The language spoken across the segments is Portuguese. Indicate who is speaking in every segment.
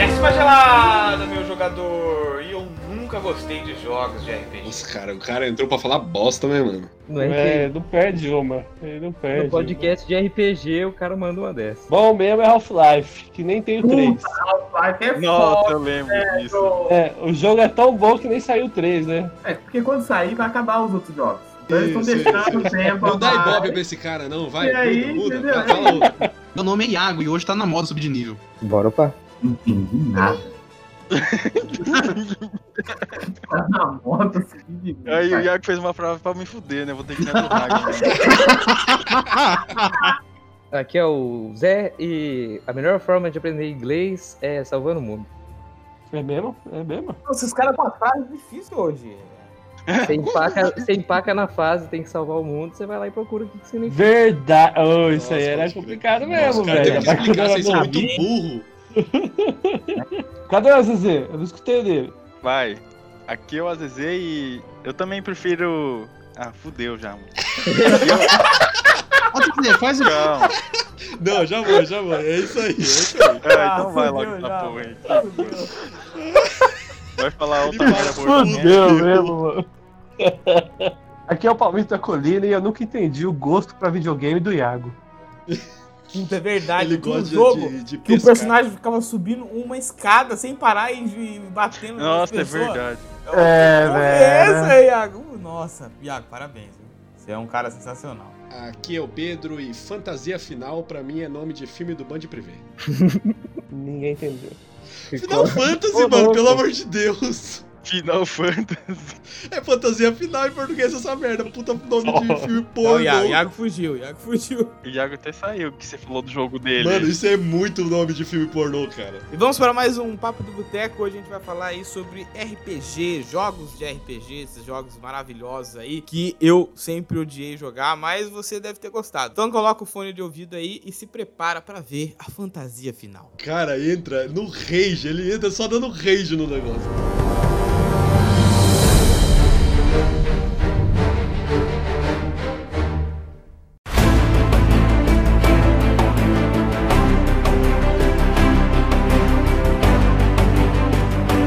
Speaker 1: É gostei de jogos de RPG.
Speaker 2: Nossa, cara, o cara entrou pra falar bosta, né, mano?
Speaker 3: No,
Speaker 4: É,
Speaker 3: RPG,
Speaker 4: não perde uma. Ele não perde.
Speaker 3: no podcast de RPG, o cara manda uma dessa.
Speaker 4: Bom mesmo é Half-Life, que nem tem o 3.
Speaker 5: Half-Life é
Speaker 6: Nossa, eu lembro disso.
Speaker 5: foda.
Speaker 4: É, o jogo é tão bom que nem saiu o 3, né?
Speaker 5: É, porque quando sair vai acabar os outros jogos. Então eles
Speaker 2: Isso,
Speaker 5: estão deixando o tempo.
Speaker 2: Não dá
Speaker 5: a mais.
Speaker 2: ibope pra esse cara, não, vai.
Speaker 5: E aí,
Speaker 2: muda, muda,
Speaker 5: entendeu?
Speaker 2: vai, fala outro.
Speaker 7: Meu nome é Iago e hoje tá na moda subir de nível.
Speaker 3: Bora, opa.
Speaker 5: Não entendi nada. tá na moto, assim,
Speaker 6: Aí o Iago fez uma prova pra me fuder, né? Vou ter que me aturar aqui. né?
Speaker 3: Aqui é o Zé e a melhor forma de aprender inglês é salvando o mundo.
Speaker 4: É mesmo? É mesmo?
Speaker 8: Nossa, os caras pra trás é difícil hoje.
Speaker 3: Você empaca, você empaca na fase, tem que salvar o mundo, você vai lá e procura o que, que significa.
Speaker 4: Verdade. Oh, isso
Speaker 2: Nossa,
Speaker 4: aí era
Speaker 2: pode crer.
Speaker 4: complicado
Speaker 2: Nossa,
Speaker 4: mesmo,
Speaker 2: o cara
Speaker 4: velho.
Speaker 2: teve que explicar, vocês são muito
Speaker 4: Cadê
Speaker 2: burro.
Speaker 4: Cadê o Zezé? Eu não escutei o dele.
Speaker 6: Vai. Aqui é o AZZ e eu também prefiro. Ah, fudeu já, mano.
Speaker 7: Pode dizer, faz o.
Speaker 6: Calma.
Speaker 2: Não, já vou, já vou. É isso aí, é isso aí.
Speaker 6: É,
Speaker 8: Ah,
Speaker 6: então vai
Speaker 8: fudeu
Speaker 6: logo essa
Speaker 8: já,
Speaker 6: porra aí. Vai falar outra
Speaker 2: Ele
Speaker 6: merda né? boa minha.
Speaker 4: Fudeu mesmo, mano. Aqui é o Palmito da Colina e eu nunca entendi o gosto pra videogame do Iago.
Speaker 8: Puta, é verdade.
Speaker 2: Ele
Speaker 8: Tinha um
Speaker 2: gosta de-
Speaker 8: jogo
Speaker 2: de, de
Speaker 8: que o
Speaker 2: pescar.
Speaker 8: personagem ficava subindo uma escada sem parar e, e batendo nas
Speaker 6: Nossa, é
Speaker 8: pessoas.
Speaker 6: verdade.
Speaker 4: É,
Speaker 8: Olha essa, Iago. Uh, Nossa, Iago, parabéns. viu? Você é um cara sensacional.
Speaker 2: Aqui é o Pedro e fantasia final pra mim é nome de filme do Band Privé.
Speaker 4: Ninguém entendeu.
Speaker 2: Final Fantasy,
Speaker 4: Ô,
Speaker 2: mano,
Speaker 4: louco.
Speaker 2: pelo amor de Deus.
Speaker 6: Final Fantasy.
Speaker 2: É fantasia final em português essa merda. Puta nome de filme
Speaker 8: Não,
Speaker 2: porno.
Speaker 8: Iago, Iago fugiu, Iago fugiu.
Speaker 6: O Iago até saiu que você falou do jogo dele.
Speaker 2: Mano, isso é muito nome de filme pornô, cara.
Speaker 8: E vamos para mais um Papo do Boteco. Hoje a gente vai falar aí sobre RPG, jogos de RPG, esses jogos maravilhosos aí que eu sempre odiei jogar, mas você deve ter gostado. Então coloca o fone de ouvido aí e se prepara para ver a fantasia final.
Speaker 2: Cara, entra no rage, ele entra só dando rage no negócio.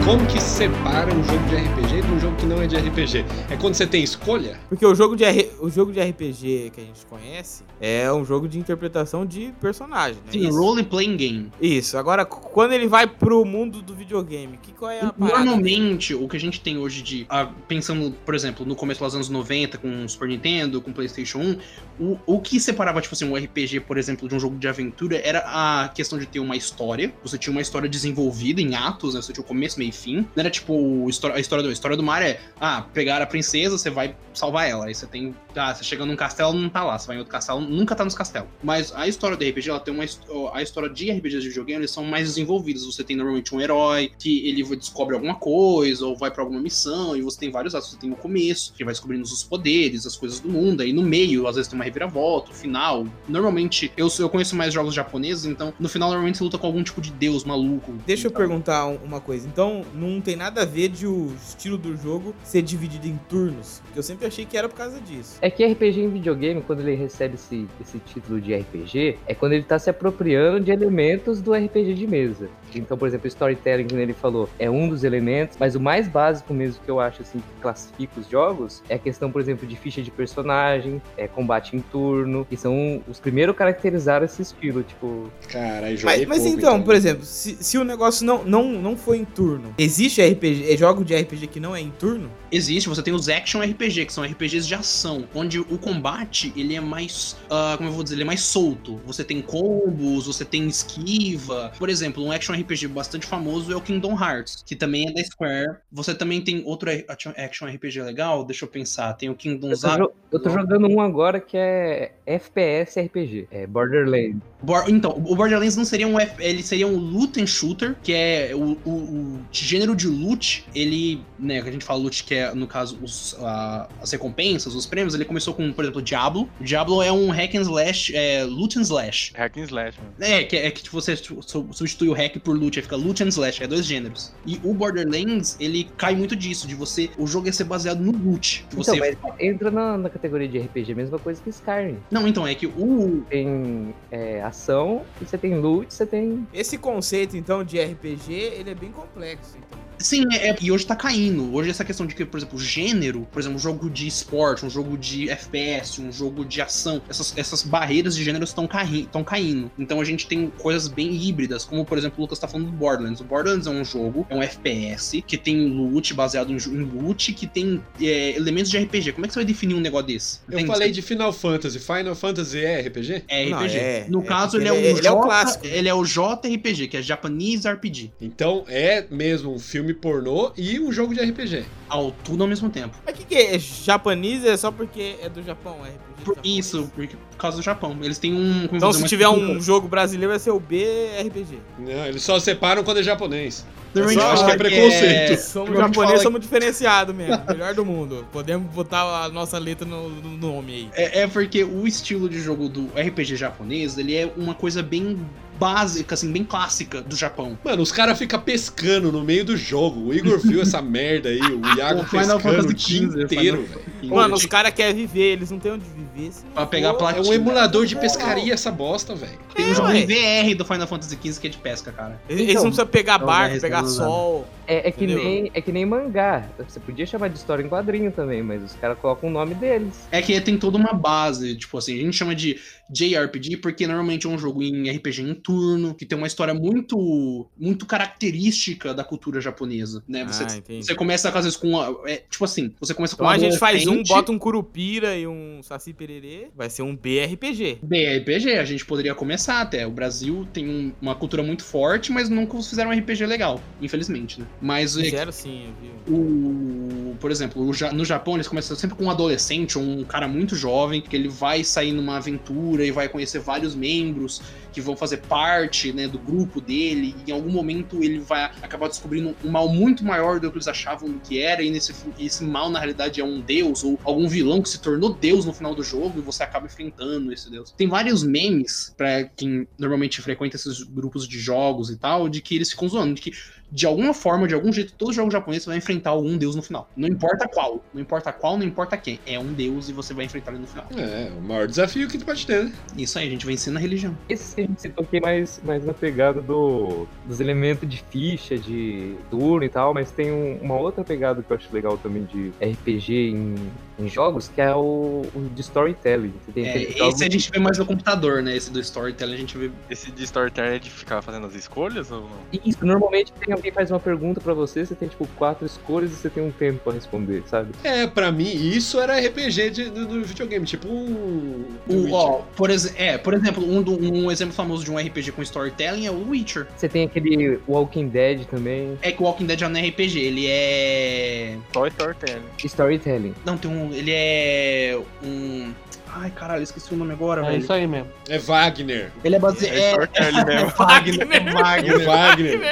Speaker 2: Como que separa um jogo de RPG de um jogo que não é de RPG? É quando você tem escolha?
Speaker 8: Porque o jogo de, R- o jogo de RPG que a gente conhece é um jogo de interpretação de personagem, né?
Speaker 7: Sim,
Speaker 8: Isso.
Speaker 7: role playing game.
Speaker 8: Isso. Agora, c- quando ele vai pro mundo do videogame, que qual é a parada?
Speaker 7: Normalmente, o que a gente tem hoje de. ah, pensando, por exemplo, no começo dos anos 90, com o Super Nintendo, com o PlayStation 1, o, o que separava, tipo assim, um RPG, por exemplo, de um jogo de aventura era a questão de ter uma história. Você tinha uma história desenvolvida em atos, né? Você tinha o começo, meio e fim. Não era tipo o histó- a história do. A história do mar é. Ah, pegar a princesa, você vai salvar ela. Aí você tem. Ah, você chega num castelo, não tá lá. Você vai em outro castelo, nunca tá nos castelos. Mas a história do RPG, ela tem uma. his- A história de RPGs de videogame, eles são mais desenvolvidos. Você tem normalmente um herói que ele descobre alguma coisa, ou vai pra alguma missão, e você tem vários atos. Você tem no começo, que vai descobrindo os poderes, as coisas do mundo. Aí no meio, às vezes tem uma reviravolta, o final. Normalmente, eu, eu conheço mais jogos japoneses, então no final, normalmente você luta com algum tipo de deus maluco.
Speaker 8: Deixa eu
Speaker 7: Então,
Speaker 8: perguntar um- uma coisa. Então, não tem nada a ver de o estilo do jogo ser dividido em turnos? Porque eu sempre achei que era por causa disso.
Speaker 3: É que RPG em videogame, quando ele recebe esse, esse título de RPG, é quando ele tá se apropriando de elementos do RPG de mesa. Então, por exemplo, storytelling, que ele falou, é um dos elementos, mas o mais básico mesmo que eu acho, assim, que classifica os jogos, é a questão, por exemplo, de ficha de personagem, é combate em turno, que são os primeiros a caracterizar esse estilo, tipo...
Speaker 2: Caralho, joguei
Speaker 8: Mas, mas
Speaker 2: pouco,
Speaker 8: então, por exemplo, se, se o negócio não, não, não foi em turno, existe RPG, é jogo de RPG que não é em turno?
Speaker 7: Existe, você tem os action RPG, que são RPGs de ação, onde o combate, ele é mais, ah, como eu vou dizer, ele é mais solto. Você tem combos, você tem esquiva. Por exemplo, um action RPG bastante famoso é o Kingdom Hearts, que também é da Square. Você também tem outro action- action RPG legal, deixa eu pensar, tem o Kingdom
Speaker 3: Eu tô,
Speaker 7: Zaga.
Speaker 3: jo- eu tô jogando um agora que é FPS RPG, é Borderlands.
Speaker 7: Bor- então, o Borderlands não seria um F, ele seria um loot and shooter, que é o, o- o gênero de loot, ele, né, que a gente fala loot que é, no caso, os, a- as recompensas, os prêmios, ele começou com, por exemplo, Diablo. Diablo é um hack and slash, é, loot and slash.
Speaker 6: Hack and Slash, mano.
Speaker 7: É, que, é que tipo, você su- su- substitui o hack por loot, aí fica loot and slash, é dois gêneros. E o Borderlands, ele cai muito disso, de você, o jogo ia ser baseado no loot. que Você...
Speaker 3: Então, mas entra na, na categoria de RPG, mesma coisa que Skyrim.
Speaker 7: Não, então, é que o,
Speaker 3: tem é, ação, e você tem loot, você tem.
Speaker 8: Esse conceito, então, de RPG, ele é bem complexo. Então.
Speaker 7: Sim, é- é- e hoje tá caindo. Hoje essa questão de que, por exemplo, gênero, por exemplo, um jogo de esporte, um jogo de FPS, um jogo de ação, essas, essas barreiras de gênero estão cai, tão caindo. Então a gente tem coisas bem híbridas, como por exemplo o Lucas tá falando do Borderlands. O Borderlands é um jogo, é um FPS, que tem loot baseado em, ju- em loot, que tem é, elementos de RPG. Como é que você vai definir um negócio desse?
Speaker 2: Eu
Speaker 7: Entende?
Speaker 2: falei de Final Fantasy. Final Fantasy é RPG?
Speaker 7: É RPG.
Speaker 8: Não, é-
Speaker 7: no
Speaker 8: é
Speaker 7: caso, ele
Speaker 8: porque
Speaker 7: é, um
Speaker 8: ele é- ele é o
Speaker 7: J-
Speaker 8: clássico.
Speaker 7: Ele é o JRPG, que é Japanese RPG.
Speaker 2: Então é mesmo um filme pornô e um jogo de RPG.
Speaker 7: Ao tudo ao mesmo tempo.
Speaker 8: Mas o que, que é? Japonês é só porque é do Japão, é RPG
Speaker 7: Por
Speaker 8: japonês?
Speaker 7: isso, porque- por causa do Japão. Eles têm um. como
Speaker 8: Então,
Speaker 7: dizer,
Speaker 8: se
Speaker 7: uma
Speaker 8: tiver um
Speaker 7: cultura.
Speaker 8: jogo brasileiro, vai ser o BRPG.
Speaker 2: Não, eles só separam quando é japonês.
Speaker 7: Normalmente
Speaker 2: Eu acho
Speaker 7: fala
Speaker 2: que é preconceito.
Speaker 8: Somos
Speaker 7: Igual a gente
Speaker 8: japoneses,
Speaker 7: fala-
Speaker 8: somos diferenciados mesmo. Melhor do mundo. Podemos botar a nossa letra no, no nome aí.
Speaker 7: É, é porque o estilo de jogo do RPG japonês, ele é uma coisa bem básica, assim, bem clássica do Japão.
Speaker 2: Mano, os caras ficam pescando no meio do jogo. O Igor viu essa merda aí, o Iago
Speaker 7: O
Speaker 2: pescando
Speaker 7: Final
Speaker 2: o
Speaker 7: Fantasy
Speaker 2: dia
Speaker 7: XV,
Speaker 2: inteiro. velho.
Speaker 8: Mano, os caras querem viver, eles não têm onde viver. se não
Speaker 7: Pra pegar a
Speaker 8: for-
Speaker 2: É
Speaker 7: platina.
Speaker 2: um emulador de pescaria essa bosta, velho.
Speaker 7: Tem
Speaker 8: É,
Speaker 7: um jogo
Speaker 8: ué.
Speaker 7: em VR do Final Fantasy XV que é de pesca, cara.
Speaker 8: Eles eles
Speaker 3: Então,
Speaker 8: não precisam pegar
Speaker 5: não
Speaker 8: barco,
Speaker 5: vai
Speaker 8: pegar
Speaker 5: resolver nada.
Speaker 8: sol.
Speaker 3: É, é que
Speaker 8: Entendeu?
Speaker 3: nem, é que nem mangá. Você podia chamar de história em quadrinho também, mas os caras colocam o nome deles.
Speaker 7: É que tem toda uma base, tipo assim, a gente chama de JRPG porque normalmente é um jogo em RPG em turno, que tem uma história muito muito característica da cultura japonesa, né? Você,
Speaker 8: Ah, entendi.
Speaker 7: você começa às vezes com a- é, tipo assim, você começa com
Speaker 8: Então a
Speaker 7: uma
Speaker 8: gente faz um,
Speaker 7: vertente-
Speaker 8: bota um curupira e um saci pererê, vai ser um BRPG.
Speaker 7: é BRPG, a gente poderia começar até. O Brasil tem um- uma cultura muito forte, mas nunca fizeram um RPG legal, infelizmente, né? Mas é,
Speaker 8: Zero sim, viu?
Speaker 7: o, por exemplo, o Ja- no Japão eles começam sempre com um adolescente ou um cara muito jovem, que ele vai sair numa aventura e vai conhecer vários membros que vão fazer parte, né, do grupo dele, e em algum momento ele vai acabar descobrindo um mal muito maior do que eles achavam do que era, e nesse, fu- esse mal na realidade é um deus ou algum vilão que se tornou deus no final do jogo e você acaba enfrentando esse deus. Tem vários memes pra quem normalmente frequenta esses grupos de jogos e tal, de que eles ficam zoando, de que de alguma forma, de algum jeito, todo jogo japonês você vai enfrentar algum deus no final. Não importa qual, não importa qual, não importa quem. É um deus e você vai enfrentar ele no final.
Speaker 2: É, o maior desafio que tu pode ter, né?
Speaker 7: Isso aí, a gente vai ensinar a religião.
Speaker 3: Esse a gente se toquei mais, mais na pegada do, dos elementos de ficha, de turno e tal, mas tem um- uma outra pegada que eu acho legal também de RPG em, em jogos, que é o, o de storytelling. Você tem
Speaker 7: É,
Speaker 3: aqueles jogos
Speaker 7: esse a gente vê mais no computador, né? Esse do storytelling a gente vê.
Speaker 6: Esse de storytelling é de ficar fazendo as escolhas ou não?
Speaker 3: Isso, normalmente tem alguém que faz uma pergunta pra você, você tem tipo quatro escolhas e você tem um tempo pra responder, sabe?
Speaker 2: É, pra mim, isso era RPG de- do, do videogame. Tipo um. The
Speaker 7: O,
Speaker 2: Witcher.
Speaker 7: ó, por, ex é, por exemplo, um, do- um exemplo famoso de um RPG com storytelling é o Witcher.
Speaker 3: Você tem aquele Walking Dead também,
Speaker 7: É que o Walking Dead já não é RPG, ele é.
Speaker 6: Só storytelling.
Speaker 3: storytelling.
Speaker 7: Não, tem um. Ele é. Um. Ai, caralho, esqueci o nome agora,
Speaker 4: É
Speaker 7: velho.
Speaker 4: isso aí mesmo.
Speaker 2: É Wagner.
Speaker 7: Ele é baseado.
Speaker 6: É storytelling mesmo.
Speaker 8: Wagner.
Speaker 2: É Wagner.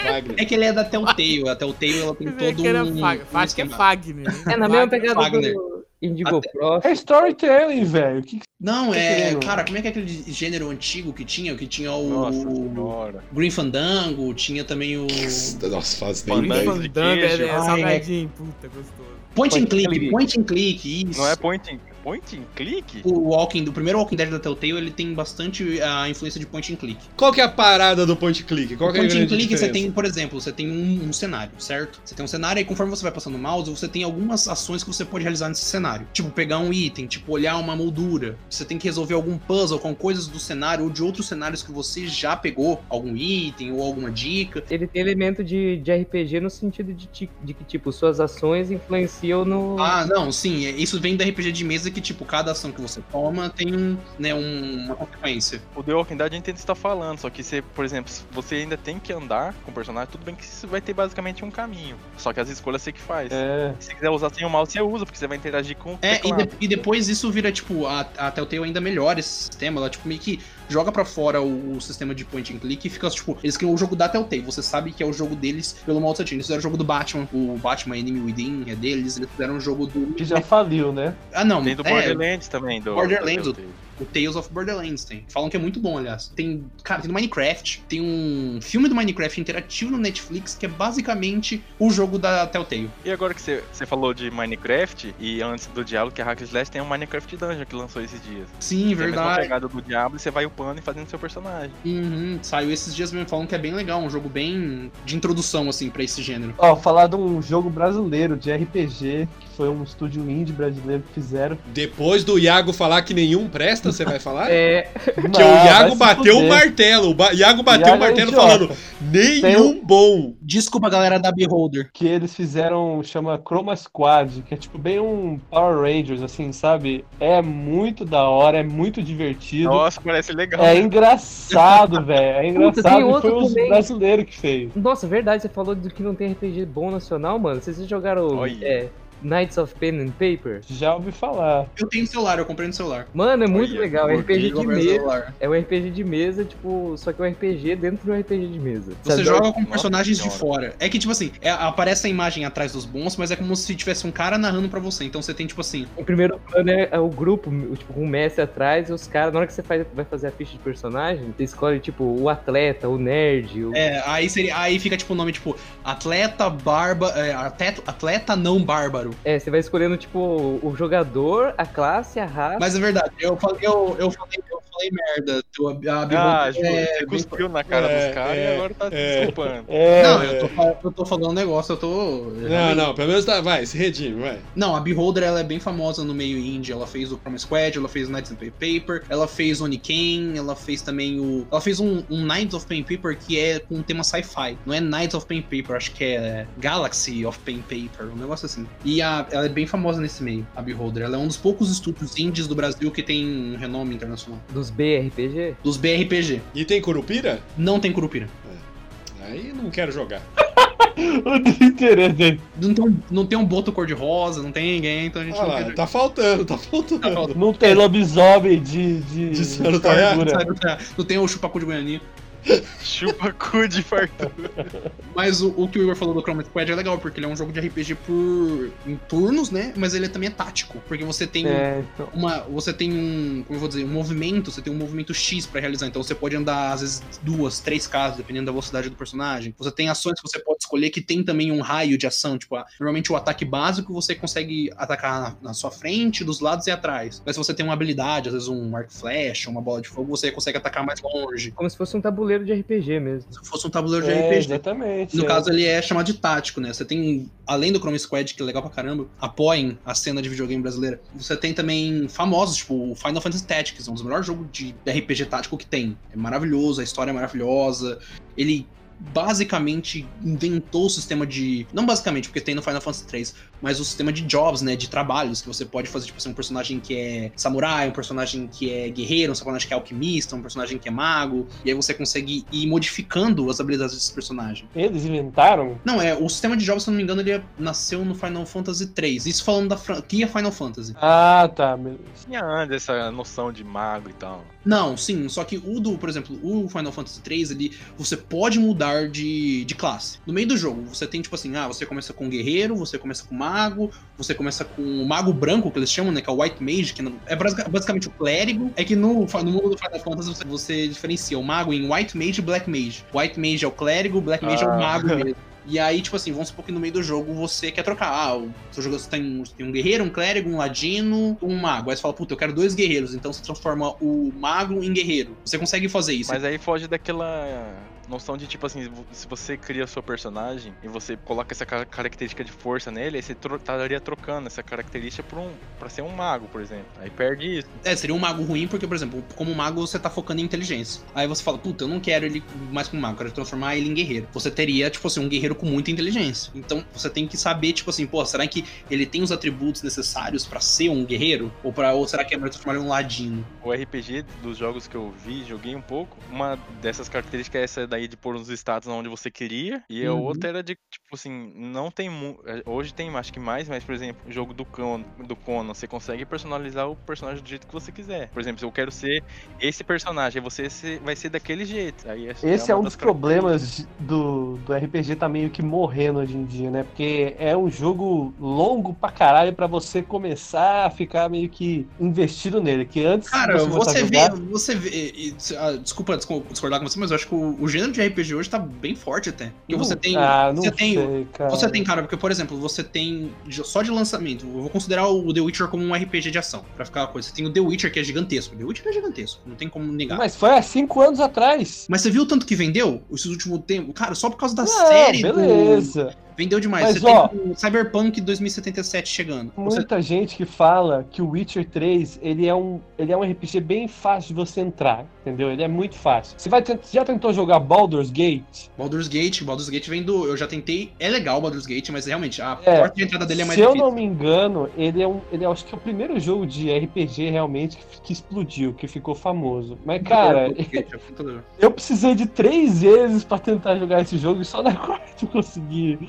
Speaker 2: Wagner.
Speaker 7: É que ele é da Telltale. A Telltale ela tem todo
Speaker 8: que era
Speaker 7: um.
Speaker 8: Fag-
Speaker 7: um
Speaker 8: Acho que é
Speaker 7: esquema.
Speaker 8: Fagner.
Speaker 3: É, na mesma pegada
Speaker 7: Wagner.
Speaker 3: do Indigo
Speaker 7: Até-
Speaker 3: Prof.
Speaker 4: É storytelling, velho. Que que-
Speaker 7: Não,
Speaker 4: Tô
Speaker 7: é.
Speaker 4: querendo.
Speaker 7: Cara, como é que é aquele de- gênero antigo que tinha? Que tinha o.
Speaker 6: Nossa senhora.
Speaker 7: Green Fandango, tinha também o.
Speaker 2: Nossa, faz nem
Speaker 6: Fandango.
Speaker 2: ideia.
Speaker 6: de
Speaker 8: Fandango, é,
Speaker 6: queijo.
Speaker 8: é
Speaker 7: Ai,
Speaker 8: salgadinho, puta, gostoso.
Speaker 7: Point and
Speaker 6: Point and
Speaker 7: Click,
Speaker 6: Click.
Speaker 7: Point and Click, isso.
Speaker 6: Não é point and, point and click?
Speaker 7: O Walking, do primeiro Walking Dead da Telltale, ele tem bastante a influência de Point and Click.
Speaker 2: Qual que é a parada do point click? Qual que é a
Speaker 7: point and
Speaker 2: grande
Speaker 7: click você
Speaker 2: diferença?
Speaker 7: tem, por exemplo, você tem um, um cenário, certo? Você tem um cenário e conforme você vai passando o mouse, você tem algumas ações que você pode realizar nesse cenário. Tipo, pegar um item, tipo, olhar uma moldura. Você tem que resolver algum puzzle com coisas do cenário ou de outros cenários que você já pegou, algum item ou alguma dica.
Speaker 3: Ele tem elemento de, de RPG no sentido de, ti- de que, tipo, suas ações influenciam no.
Speaker 7: Ah, não, sim, é- isso vem da RPG de mesa que, tipo, cada ação que você toma tem um, né, um- uma consequência.
Speaker 6: O The Walking Dead eu entendo o que você tá falando, só que você, por exemplo, se você ainda tem que andar com o personagem, tudo bem que isso vai ter basicamente um caminho. Só que as escolhas você que faz.
Speaker 4: É.
Speaker 6: Se quiser usar sem o mouse, você usa, porque você vai interagir com o
Speaker 7: É, e,
Speaker 6: teclado.
Speaker 7: de- e depois isso vira, tipo, a, a Telltale ainda melhora esse sistema. Ela, tipo, meio que joga pra fora o, o sistema de point and click e fica, tipo, eles criam o jogo da Telltale. Você sabe que é o jogo deles pelo modo setting. Eles fizeram o jogo do Batman, o Batman Enemy Within é deles. Eles fizeram o jogo do.
Speaker 4: Que já faliu, né?
Speaker 7: Ah, não,
Speaker 6: Tem do
Speaker 7: é,
Speaker 6: Borderlands também. Do,
Speaker 7: Borderlands,
Speaker 6: do- do-
Speaker 7: o Tales of Borderlands tem. Falam que é muito bom, aliás. Tem, cara, tem no Minecraft, tem um filme do Minecraft interativo no Netflix que é basicamente o jogo da Telltale.
Speaker 6: E agora que você você falou de Minecraft, e antes do Diablo, que é Hack and Slash, tem o Minecraft Dungeon que lançou esses dias.
Speaker 7: Sim,
Speaker 6: Tem a mesma
Speaker 7: verdade.
Speaker 6: pegada do Diablo e você vai upando e fazendo seu personagem.
Speaker 7: Uhum, saiu esses dias mesmo falando que é bem legal, um jogo bem de introdução, assim, pra esse gênero.
Speaker 4: Ó, falar de um jogo brasileiro de RPG, que foi um estúdio indie brasileiro que fizeram.
Speaker 2: Depois do Iago falar que nenhum presta, você vai falar?
Speaker 3: É,
Speaker 2: Que o Iago bateu o martelo. O ba- Iago bateu
Speaker 4: Iago
Speaker 2: o martelo
Speaker 4: é idiota.
Speaker 2: falando: nenhum bom.
Speaker 7: Desculpa, galera da Beholder.
Speaker 4: Que eles fizeram, chama Chroma Squad, que é tipo bem um Power Rangers, assim, sabe? É muito da hora, é muito divertido.
Speaker 6: Nossa, parece legal.
Speaker 2: né?
Speaker 6: né?
Speaker 4: É engraçado, velho. É
Speaker 3: Puta, tem
Speaker 4: engraçado. e
Speaker 3: outro
Speaker 4: foi os
Speaker 3: também.
Speaker 4: brasileiros que fez.
Speaker 3: nossa, verdade, você falou do que não tem RPG bom nacional, mano. Vocês já jogaram
Speaker 6: Olha.
Speaker 3: é, Knights of Pen and Paper?
Speaker 4: Já ouvi falar.
Speaker 7: Eu tenho celular, eu comprei no celular.
Speaker 3: Mano, é muito
Speaker 6: Olha,
Speaker 3: legal. É RPG de
Speaker 7: Comprei no
Speaker 3: mesa.
Speaker 7: celular.
Speaker 3: É um RPG de mesa, tipo, só que é um RPG dentro de um RPG de mesa.
Speaker 7: Você
Speaker 3: Sabe?
Speaker 7: joga com
Speaker 6: é Nossa
Speaker 7: personagens de
Speaker 6: senhora.
Speaker 7: fora. É que, tipo assim, é- aparece a imagem atrás dos bons, mas é como se tivesse um cara narrando pra você. Então você tem, tipo assim,
Speaker 3: Em primeiro plano é, é o grupo, o, tipo, com o mestre atrás, e os caras, na hora que você faz- vai fazer a ficha de personagem, você escolhe, tipo, o atleta, o nerd, o.
Speaker 7: É, aí, seria, aí fica tipo o nome, tipo, atleta barba. é, atleta, atleta não bárbaro.
Speaker 3: É, você vai escolhendo, tipo, o o jogador, a classe, a raça.
Speaker 7: Mas é verdade, eu falei, eu, eu falei, eu falei merda. Eu, a, a-
Speaker 6: Ah, Ju,
Speaker 7: é,
Speaker 6: você cuspiu na cara
Speaker 2: É,
Speaker 6: dos caras
Speaker 2: é,
Speaker 6: e agora tá
Speaker 2: é.
Speaker 6: desculpando.
Speaker 4: É,
Speaker 7: não, eu tô, fal- eu tô falando um negócio, eu tô.
Speaker 2: Não, não, pelo menos tá. Vai, se redime, vai.
Speaker 7: Não, a Beholder ela é bem famosa no meio indie. Ela fez o Promise Squad, ela fez o Knights of Pen and Paper, ela fez Oniken, ela fez também o. Ela fez um, um Knights of Pen and Paper que é com um tema sci-fi. Não é Knights of Pen and Paper, acho que é Galaxy of Pen and Paper, um negócio assim. E a- ela é bem famosa nesse meio, a Beholder. Ela é um dos poucos estúdios indies do Brasil que tem um renome internacional.
Speaker 3: Dos BRPG?
Speaker 7: Dos BRPG.
Speaker 2: E tem Curupira?
Speaker 7: Não tem Curupira.
Speaker 2: Aí não quero jogar.
Speaker 4: o desinteresse dele.
Speaker 7: Não tem, um- não tem um boto cor-de-rosa, não tem ninguém, então a gente
Speaker 2: Olha
Speaker 7: não
Speaker 2: lá,
Speaker 7: quer-
Speaker 2: tá faltando, tá faltando.
Speaker 4: Não tem lobisomem de. de,
Speaker 2: De Sarutaiá?
Speaker 4: fartura.
Speaker 7: Sabe, tá? Não tem o Chupacu de Goiânia.
Speaker 6: Chupa cu de fartura.
Speaker 7: Mas o, o que o Igor falou do Chroma Squad é legal, porque ele é um jogo de RPG por em turnos, né? Mas ele também é tático, porque você tem
Speaker 4: É, então.
Speaker 7: uma, você tem um, como eu vou dizer, um movimento, você tem um movimento X pra realizar, então você pode andar às vezes duas, três casas, dependendo da velocidade do personagem. Você tem ações que você pode escolher que tem também um raio de ação, tipo, ah, normalmente o ataque básico você consegue atacar na, na sua frente, dos lados e atrás. Mas se você tem uma habilidade, às vezes um arco e flecha, uma bola de fogo, você consegue atacar mais longe.
Speaker 3: Como se fosse um tabuleiro de RPG mesmo.
Speaker 7: Se fosse um tabuleiro de
Speaker 4: É,
Speaker 7: RPG,
Speaker 4: exatamente.
Speaker 7: no
Speaker 4: é.
Speaker 7: caso, ele é chamado de tático, né? Você tem, além do Chrome Squad, que é legal pra caramba, apoiem a cena de videogame brasileira. Você tem também famosos, tipo o Final Fantasy Tactics, um dos melhores jogos de RPG tático que tem. É maravilhoso, a história é maravilhosa. Ele basicamente inventou o sistema de. Não basicamente, porque tem no Final Fantasy 3, mas o sistema de jobs, né? De trabalhos que você pode fazer, tipo assim, um personagem que é samurai, um personagem que é guerreiro, um personagem que é alquimista, um personagem que é mago. E aí você consegue ir modificando as habilidades desse personagem.
Speaker 4: Eles inventaram?
Speaker 7: Não, é, o sistema de jogos, se eu não me engano, ele é- nasceu no Final Fantasy 3. Isso falando da franquia Final Fantasy.
Speaker 4: Ah, tá. beleza.
Speaker 6: Tinha antes essa noção de mago e tal.
Speaker 7: Não, sim, só que o do, por exemplo, o Final Fantasy 3, ele, você pode mudar de, de classe. No meio do jogo, você tem, tipo assim, ah, você começa com guerreiro, você começa com mago, você começa com o mago branco, que eles chamam, né, que é o White Mage, que não- é brasica- basicamente o clérigo. É que no, fa- no mundo do Final Fantasy, você, você diferencia o mago em White Mage e Black Mage. White Mage é o clérigo, Black Mage é o
Speaker 6: Ah.
Speaker 7: mago mesmo. E aí, tipo assim, vamos supor que no meio do jogo você quer trocar. Ah, o seu jogador você tem, um, você tem um guerreiro, um clérigo, um ladino, um mago. Aí você fala, puta, eu quero dois guerreiros. Então você transforma o mago em guerreiro. Você consegue fazer isso.
Speaker 6: Mas aí foge daquela noção de tipo assim, vo- se você cria seu personagem e você coloca essa ca- característica de força nele, aí você tro- estaria trocando essa característica por um, pra ser um mago, por exemplo. Aí perde isso.
Speaker 7: É, seria um mago ruim, porque, por exemplo, como mago você tá focando em inteligência. Aí você fala, puta, eu não quero ele mais como mago, eu quero transformar ele em guerreiro. Você teria, tipo assim, um guerreiro com muita inteligência. Então você tem que saber, tipo assim, pô, será que ele tem os atributos necessários pra ser um guerreiro? Ou, pra, ou será que é melhor transformar ele em um ladino?
Speaker 6: O RPG dos jogos que eu vi, joguei um pouco, uma dessas características é essa da daí de pôr uns status onde você queria. E a
Speaker 7: Uhum.
Speaker 6: outra era de, tipo assim, não tem mu- é, Hoje tem, acho que mais, mas, por exemplo, o jogo do, Con, do Conan, você consegue personalizar o personagem do jeito que você quiser. Por exemplo, se eu quero ser esse personagem, aí você se- vai ser daquele jeito. Aí essa
Speaker 4: Esse é
Speaker 6: uma
Speaker 4: um
Speaker 6: das
Speaker 4: dos problemas do, do RPG tá meio que morrendo hoje em dia, né? Porque é um jogo longo pra caralho pra você começar a ficar meio que investido nele. Que antes
Speaker 7: Cara,
Speaker 4: de começar a
Speaker 7: você vê,
Speaker 4: jogar-
Speaker 7: você vê. e- e- ah, Desculpa disco- discordar com você, mas eu acho que o, o gênero de RPG hoje tá bem forte até. Porque você tem.
Speaker 4: Ah, não
Speaker 7: você tem
Speaker 4: sei, cara.
Speaker 7: Você tem, cara, porque, por exemplo, você tem de- só de lançamento. Eu vou considerar o The Witcher como um RPG de ação, pra ficar uma coisa. Você tem o The Witcher, que é gigantesco. O The Witcher é gigantesco, não tem como negar. Mas,
Speaker 4: Mas foi há cinco anos atrás.
Speaker 7: você viu o tanto que vendeu esses últimos tempos? Cara, só por causa da
Speaker 4: Não,
Speaker 7: série. do-
Speaker 4: Ah, beleza.
Speaker 7: Vendeu demais.
Speaker 4: Mas,
Speaker 7: você
Speaker 4: ó,
Speaker 7: tem o Cyberpunk 2077 chegando. Você-
Speaker 4: Muita gente que fala que o Witcher 3 ele é, um, ele é um RPG bem fácil de você entrar, entendeu? Ele é muito fácil. Você vai tent- já tentou jogar Baldur's Gate?
Speaker 7: Baldur's Gate, Baldur's Gate vem do. Eu já tentei. É legal o Baldur's Gate, mas realmente a
Speaker 4: É,
Speaker 7: porta de entrada dele é mais
Speaker 4: Se eu
Speaker 7: difícil.
Speaker 4: não me engano, ele é um. Ele é, acho que é o primeiro jogo de RPG realmente que, que explodiu, que ficou famoso. Mas, cara,
Speaker 7: É,
Speaker 4: eu precisei de três vezes pra tentar jogar esse jogo e só na quarta eu consegui.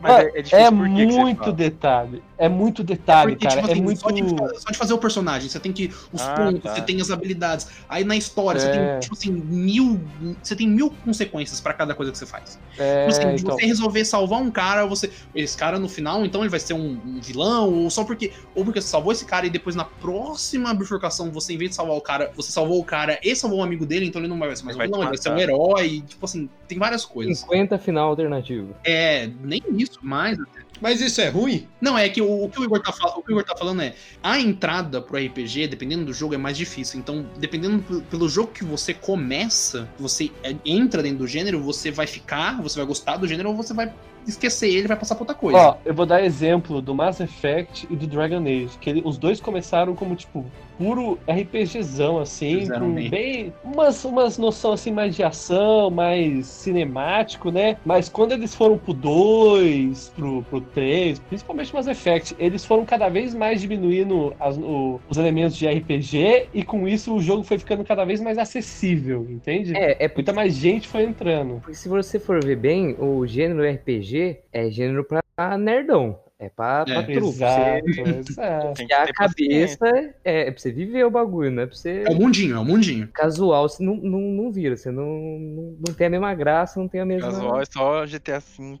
Speaker 6: Mas é, é difícil
Speaker 4: é
Speaker 6: por que que você fala?
Speaker 4: muito detalhe. É muito detalhe,
Speaker 7: Porque,
Speaker 4: cara.
Speaker 7: tipo assim,
Speaker 4: é muito.
Speaker 7: só, de, fa- só de fazer o personagem, você tem que. Os
Speaker 6: Ah,
Speaker 7: pontos,
Speaker 6: tá.
Speaker 7: você tem as habilidades. Aí na história, você
Speaker 4: É.
Speaker 7: tem, tipo assim, mil. Você tem mil consequências pra cada coisa que você faz.
Speaker 4: É,
Speaker 7: Tipo assim, de
Speaker 4: então.
Speaker 7: você resolver salvar um cara, você. Esse cara no final, então ele vai ser um, um vilão, ou só porque. Ou porque você salvou esse cara e depois na próxima bifurcação, você, em vez de salvar o cara, você salvou o cara e salvou um amigo dele, então ele não vai ser mais um
Speaker 6: Vai te
Speaker 7: vilão, ele vai ser um
Speaker 6: matar.
Speaker 7: herói. Tipo assim, tem várias coisas.
Speaker 3: 50 final alternativo.
Speaker 7: É, nem isso, mais
Speaker 2: Mas isso é ruim?
Speaker 7: não, é que o, o que o Igor tá, fal- o que o Igor tá falando é a entrada pro RPG, dependendo do jogo, é mais difícil. Então, dependendo p- pelo jogo que você começa, você é, entra dentro do gênero, você vai ficar, você vai gostar do gênero ou você vai esquecer ele e vai passar pra outra coisa.
Speaker 4: Ó, eu vou dar exemplo do Mass Effect e do Dragon Age, que ele- os dois começaram como, tipo, puro RPGzão, assim,
Speaker 7: Fizeram
Speaker 4: com
Speaker 7: bem.
Speaker 4: bem... Umas, umas noção, assim, mais de ação, mais cinemático, né? Mas quando eles foram pro 2, pro, pro 3, principalmente Mass Effect, eles foram cada vez mais diminuindo as- o- os elementos de RPG, e com isso o jogo foi ficando cada vez mais acessível, entende?
Speaker 3: É, é porque
Speaker 4: Muita
Speaker 6: então-
Speaker 4: mais gente foi entrando.
Speaker 3: Porque se você for ver bem, o gênero RPG é gênero pra nerdão. É pra, pra
Speaker 7: É,
Speaker 3: truco. Você
Speaker 4: Exato, exato.
Speaker 6: Tem que
Speaker 3: enfiar a
Speaker 6: ter paciência.
Speaker 3: cabeça é, é pra você viver o bagulho, não é pra você
Speaker 7: É o mundinho, é o mundinho.
Speaker 3: casual. Você não, não, não vira, você não, não, não tem a mesma graça, não tem a mesma.
Speaker 4: né?
Speaker 6: Casual é só GTA V.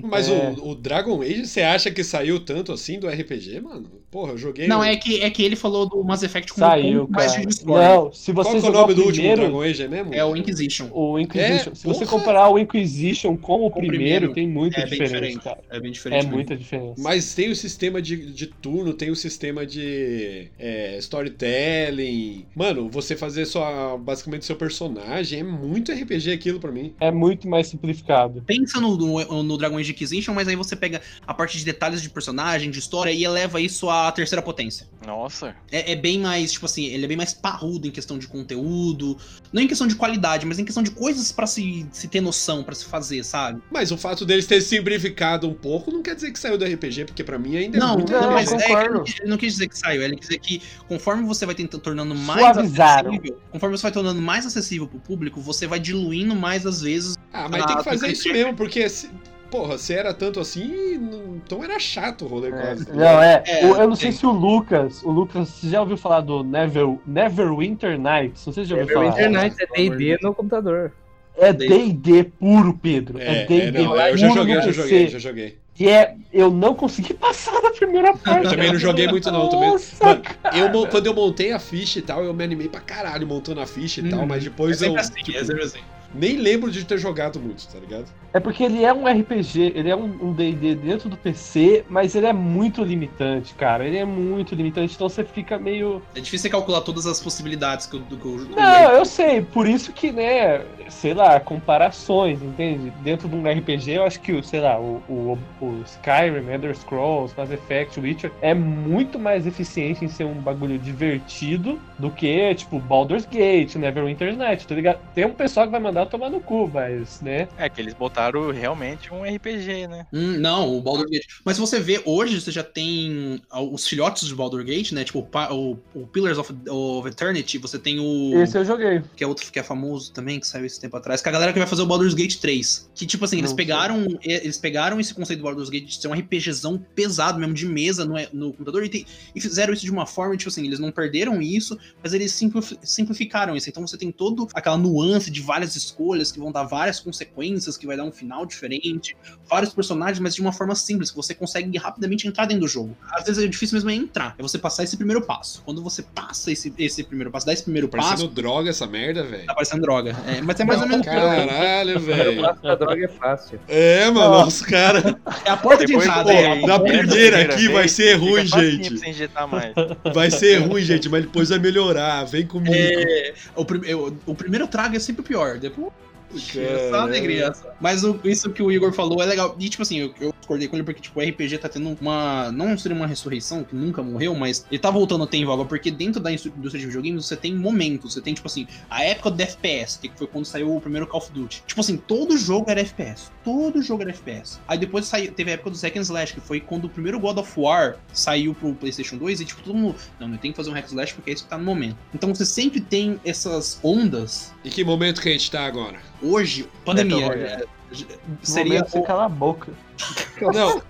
Speaker 2: Mas
Speaker 4: É.
Speaker 2: o, o Dragon Age, você acha que saiu tanto assim do RPG, mano? Porra, eu joguei.
Speaker 7: Não, é que, é que ele falou do Mass Effect como
Speaker 4: Saiu,
Speaker 7: ponto mais
Speaker 4: cara.
Speaker 7: de Discord.
Speaker 4: Não, se
Speaker 2: Qual
Speaker 4: você
Speaker 2: que é o
Speaker 4: jogar
Speaker 2: nome
Speaker 4: o
Speaker 2: do último
Speaker 4: primeiro,
Speaker 2: Dragon Age, é mesmo?
Speaker 7: É o Inquisition.
Speaker 4: o Inquisition,
Speaker 2: É,
Speaker 4: se você
Speaker 2: porra.
Speaker 4: comparar o Inquisition com o
Speaker 7: Com o
Speaker 4: primeiro,
Speaker 7: primeiro,
Speaker 4: tem muita
Speaker 7: é bem
Speaker 4: diferença,
Speaker 7: diferente.
Speaker 4: cara.
Speaker 7: É bem diferente.
Speaker 4: É
Speaker 7: mesmo.
Speaker 4: muita diferença.
Speaker 2: Mas tem o sistema de, de turno, tem o sistema de é, storytelling. Mano, você fazer só basicamente seu personagem é muito RPG aquilo pra mim.
Speaker 4: É muito mais simplificado.
Speaker 7: pensa no, no, no Dragon Age Inquisition, mas aí você pega a parte de detalhes de personagem, de história e eleva isso à terceira potência.
Speaker 6: Nossa.
Speaker 7: É, é bem mais, tipo assim, ele é bem mais parrudo em questão de conteúdo. Não em questão de qualidade, mas em questão de coisas pra se, se ter noção, pra se fazer, sabe?
Speaker 2: Mas o fato deles ter simplificado um pouco não quer dizer que saiu do RPG, porque pra mim ainda é
Speaker 7: Não,
Speaker 2: muito
Speaker 4: não,
Speaker 2: RPG.
Speaker 7: mas é, que ele,
Speaker 4: concordo.
Speaker 7: não quis- ele não quis dizer que saiu. Ele quis dizer que conforme você vai tentando tornando mais
Speaker 4: Suavizaram.
Speaker 7: acessível, conforme você vai tornando mais acessível pro público, você vai diluindo mais às vezes.
Speaker 2: Ah, mas
Speaker 7: Ah,
Speaker 2: tem que
Speaker 7: tu
Speaker 2: fazer
Speaker 7: tem
Speaker 2: isso
Speaker 7: que-
Speaker 2: mesmo, porque se, porra, se era tanto assim, não- então era chato o rolê quase.
Speaker 4: Não, é.
Speaker 7: É,
Speaker 4: o- eu não sei
Speaker 7: tem.
Speaker 4: se o Lucas. O Lucas, você já ouviu falar do Never, Neverwinter Nights? Não sei se já ouviu
Speaker 3: É o
Speaker 4: falar.
Speaker 3: internet,
Speaker 6: né?
Speaker 3: é D&D no computador.
Speaker 4: É DD puro, Pedro. É
Speaker 2: É, é,
Speaker 4: DD
Speaker 2: não,
Speaker 4: puro.
Speaker 2: eu já joguei, eu
Speaker 4: no
Speaker 2: já joguei, eu
Speaker 4: PC.
Speaker 2: já joguei.
Speaker 4: E é. Eu não consegui passar da primeira parte.
Speaker 2: Eu também não joguei muito, não, eu também-
Speaker 4: Nossa,
Speaker 2: Mano,
Speaker 4: cara.
Speaker 2: Eu, mon- quando eu montei a ficha e tal, eu me animei pra caralho montando a ficha e tal,
Speaker 7: Uhum.
Speaker 2: mas depois eu tipo,
Speaker 7: assim.
Speaker 2: nem lembro de ter jogado muito, tá ligado?
Speaker 4: É porque ele é um RPG, ele é um um D&D dentro do PC, mas ele é muito limitante, cara. Ele é muito limitante, então você fica meio...
Speaker 7: É difícil você calcular todas as possibilidades que o que o-
Speaker 4: Não, eu sei, por isso que, né, sei lá, comparações, entende? Dentro de um RPG, eu acho que, o, sei lá, o, o, o Skyrim, Elder Scrolls, Mass Effect, Witcher, é muito mais eficiente em ser um bagulho divertido do que, tipo, Baldur's Gate, Neverwinter Night, tá ligado? Tem um pessoal que vai mandar mandar tomar no cu, mas, né?
Speaker 6: É que eles botaram realmente um RPG, né?
Speaker 7: Hum, não, o Baldur Gate. Mas se você vê, hoje você já tem ah, os filhotes de Baldur Gate, né? Tipo, o, pa- o, o Pillars of, of Eternity, você tem o.
Speaker 4: Esse eu joguei.
Speaker 7: Que é outro que é famoso também, que saiu esse tempo atrás, que é a galera que vai fazer o Baldur's Gate 3. Que, tipo assim, eles
Speaker 4: Não
Speaker 7: pegaram. e- Eles pegaram esse conceito do Baldur's Gate de ser um RPGzão pesado mesmo, de mesa no, no computador, e, tem- e fizeram isso de uma forma, tipo assim, eles não perderam isso, mas eles simplif- simplificaram isso. Então você tem toda aquela nuance de várias escolhas que vão dar várias consequências, que vai dar um final diferente, vários personagens, mas de uma forma simples, que você consegue rapidamente entrar dentro do jogo. Às vezes é difícil mesmo é entrar, é você passar esse primeiro passo. Quando você passa esse, esse primeiro passo, dá esse primeiro passo.
Speaker 2: Tá Parecendo droga essa merda, velho.
Speaker 7: Tá parecendo droga. É, mas é mais ou menos.
Speaker 2: Caralho, velho.
Speaker 3: A droga é fácil.
Speaker 2: É, mano, os caras.
Speaker 7: É a porta de
Speaker 6: Depois,
Speaker 7: entrada.
Speaker 6: pô,
Speaker 7: é,
Speaker 6: dá
Speaker 2: Na
Speaker 6: Essa
Speaker 2: primeira aqui
Speaker 6: primeira
Speaker 2: vai
Speaker 6: vez
Speaker 2: ser
Speaker 6: Fica
Speaker 2: ruim,
Speaker 6: facinho pra
Speaker 2: gente.
Speaker 6: você injetar mais.
Speaker 2: Vai ser ruim, gente, mas depois vai melhorar. Vem comigo.
Speaker 7: É. o, prim- eu- o primeiro trago é sempre o pior. Depois. é Só
Speaker 2: Caramba.
Speaker 7: alegria. só. Mas o- isso que o Igor falou é legal. E, tipo assim, eu, eu discordei com ele porque, tipo, o RPG tá tendo uma. Não seria uma ressurreição, que nunca morreu, mas ele tá voltando a ter em voga. Porque dentro da indú- indústria de videogames você tem momentos. Você tem, tipo assim, a época do FPS, que foi quando saiu o primeiro Call of Duty. Tipo assim, todo jogo era FPS. Todo jogo era FPS. Aí depois saiu, teve a época do Hack and Slash, que foi quando o primeiro God of War saiu pro PlayStation 2 e, tipo, todo mundo. Não, eu tenho que fazer um Hack and Slash porque é isso que tá no momento. Então você sempre tem essas ondas.
Speaker 2: E que momento que a gente tá agora?
Speaker 7: Hoje, pandemia.
Speaker 4: Metal
Speaker 7: é, é,
Speaker 4: Seria
Speaker 7: seria.
Speaker 4: você cala a boca.
Speaker 2: Não.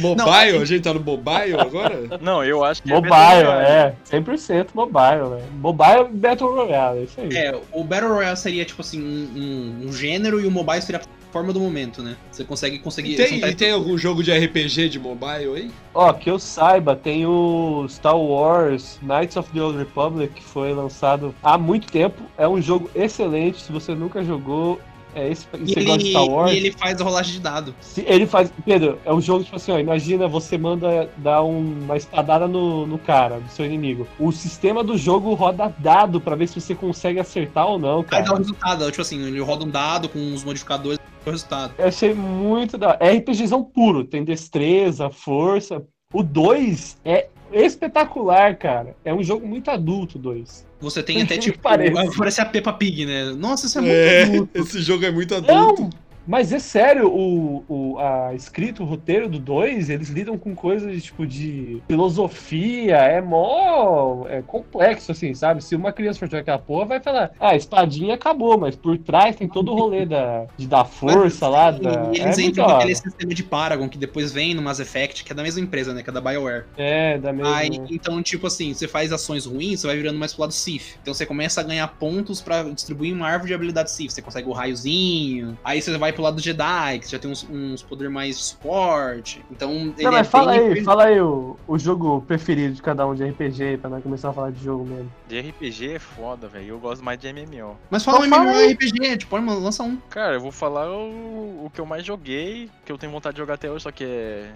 Speaker 2: Mobile?
Speaker 7: é
Speaker 2: A gente tá no mobile agora?
Speaker 6: Não, eu acho que né?
Speaker 4: Mobile, é. 100% mobile, né? Mobile Battle Royale, é isso aí.
Speaker 7: É, o Battle Royale seria, tipo assim, um, um- um gênero e o mobile seria a forma do momento, né? Você consegue conseguir.
Speaker 2: E tem,
Speaker 7: juntar
Speaker 2: e tem algum jogo de RPG de mobile aí?
Speaker 4: Ó, que eu saiba, tem o Star Wars Knights of the Old Republic, que foi lançado há muito tempo. É um jogo excelente, se você nunca jogou, é esse,
Speaker 7: E
Speaker 4: você gosta de Star Wars.
Speaker 7: ele, e ele faz a rolagem de dado.
Speaker 4: Se ele faz. Pedro, é um jogo tipo assim, ó, imagina você manda dar um- uma espadada no, no cara, no seu inimigo. O sistema do jogo roda dado pra ver se você consegue acertar ou não,
Speaker 7: Aí dá o
Speaker 4: cara.
Speaker 7: resultado. Tipo assim, ele roda um dado com uns modificadores e o resultado.
Speaker 4: Eu achei muito da. É RPGzão puro, tem destreza, força. O 2 é espetacular, cara. É um jogo muito adulto, o 2.
Speaker 7: Você tem até, tipo.
Speaker 4: Parece.
Speaker 7: Parece a Peppa Pig, né? Nossa, isso é muito
Speaker 2: É,
Speaker 7: adulto.
Speaker 2: esse jogo é muito adulto.
Speaker 4: Não! Mas é sério, o, o a escrita, o roteiro do 2, eles lidam com coisas de, tipo de filosofia, é mó é complexo, assim, sabe? Se uma criança for jogar aquela porra, vai falar, ah, espadinha acabou, mas por trás tem todo o rolê da, de dar força lá. Da...
Speaker 7: né? E
Speaker 4: É,
Speaker 7: eles
Speaker 4: muito da
Speaker 7: entram com
Speaker 4: hora.
Speaker 7: aquele sistema de Paragon que depois vem no Mass Effect, que é da mesma empresa, né? Que é da BioWare.
Speaker 4: é, da mesma.
Speaker 7: Aí, então, tipo assim, você faz ações ruins, você vai virando mais pro lado Sif. Então você começa a ganhar pontos pra distribuir uma árvore de habilidade Sif. Você consegue o raiozinho. Aí você vai pro lado Jedi, que você já tem uns, uns poderes mais de suporte. Então, ele
Speaker 4: Não, mas
Speaker 7: é
Speaker 4: fala
Speaker 7: bem-
Speaker 4: aí, fala aí o, o jogo preferido de cada um de RPG, pra nós começar a falar de jogo mesmo.
Speaker 6: De RPG é foda, velho. Eu gosto mais de MMO.
Speaker 7: Mas fala um
Speaker 4: Então fala aí.
Speaker 7: MMORPG, tipo, mano, lança um.
Speaker 6: Cara, eu vou falar o, o que eu mais joguei, que eu tenho vontade de jogar até hoje, só que é.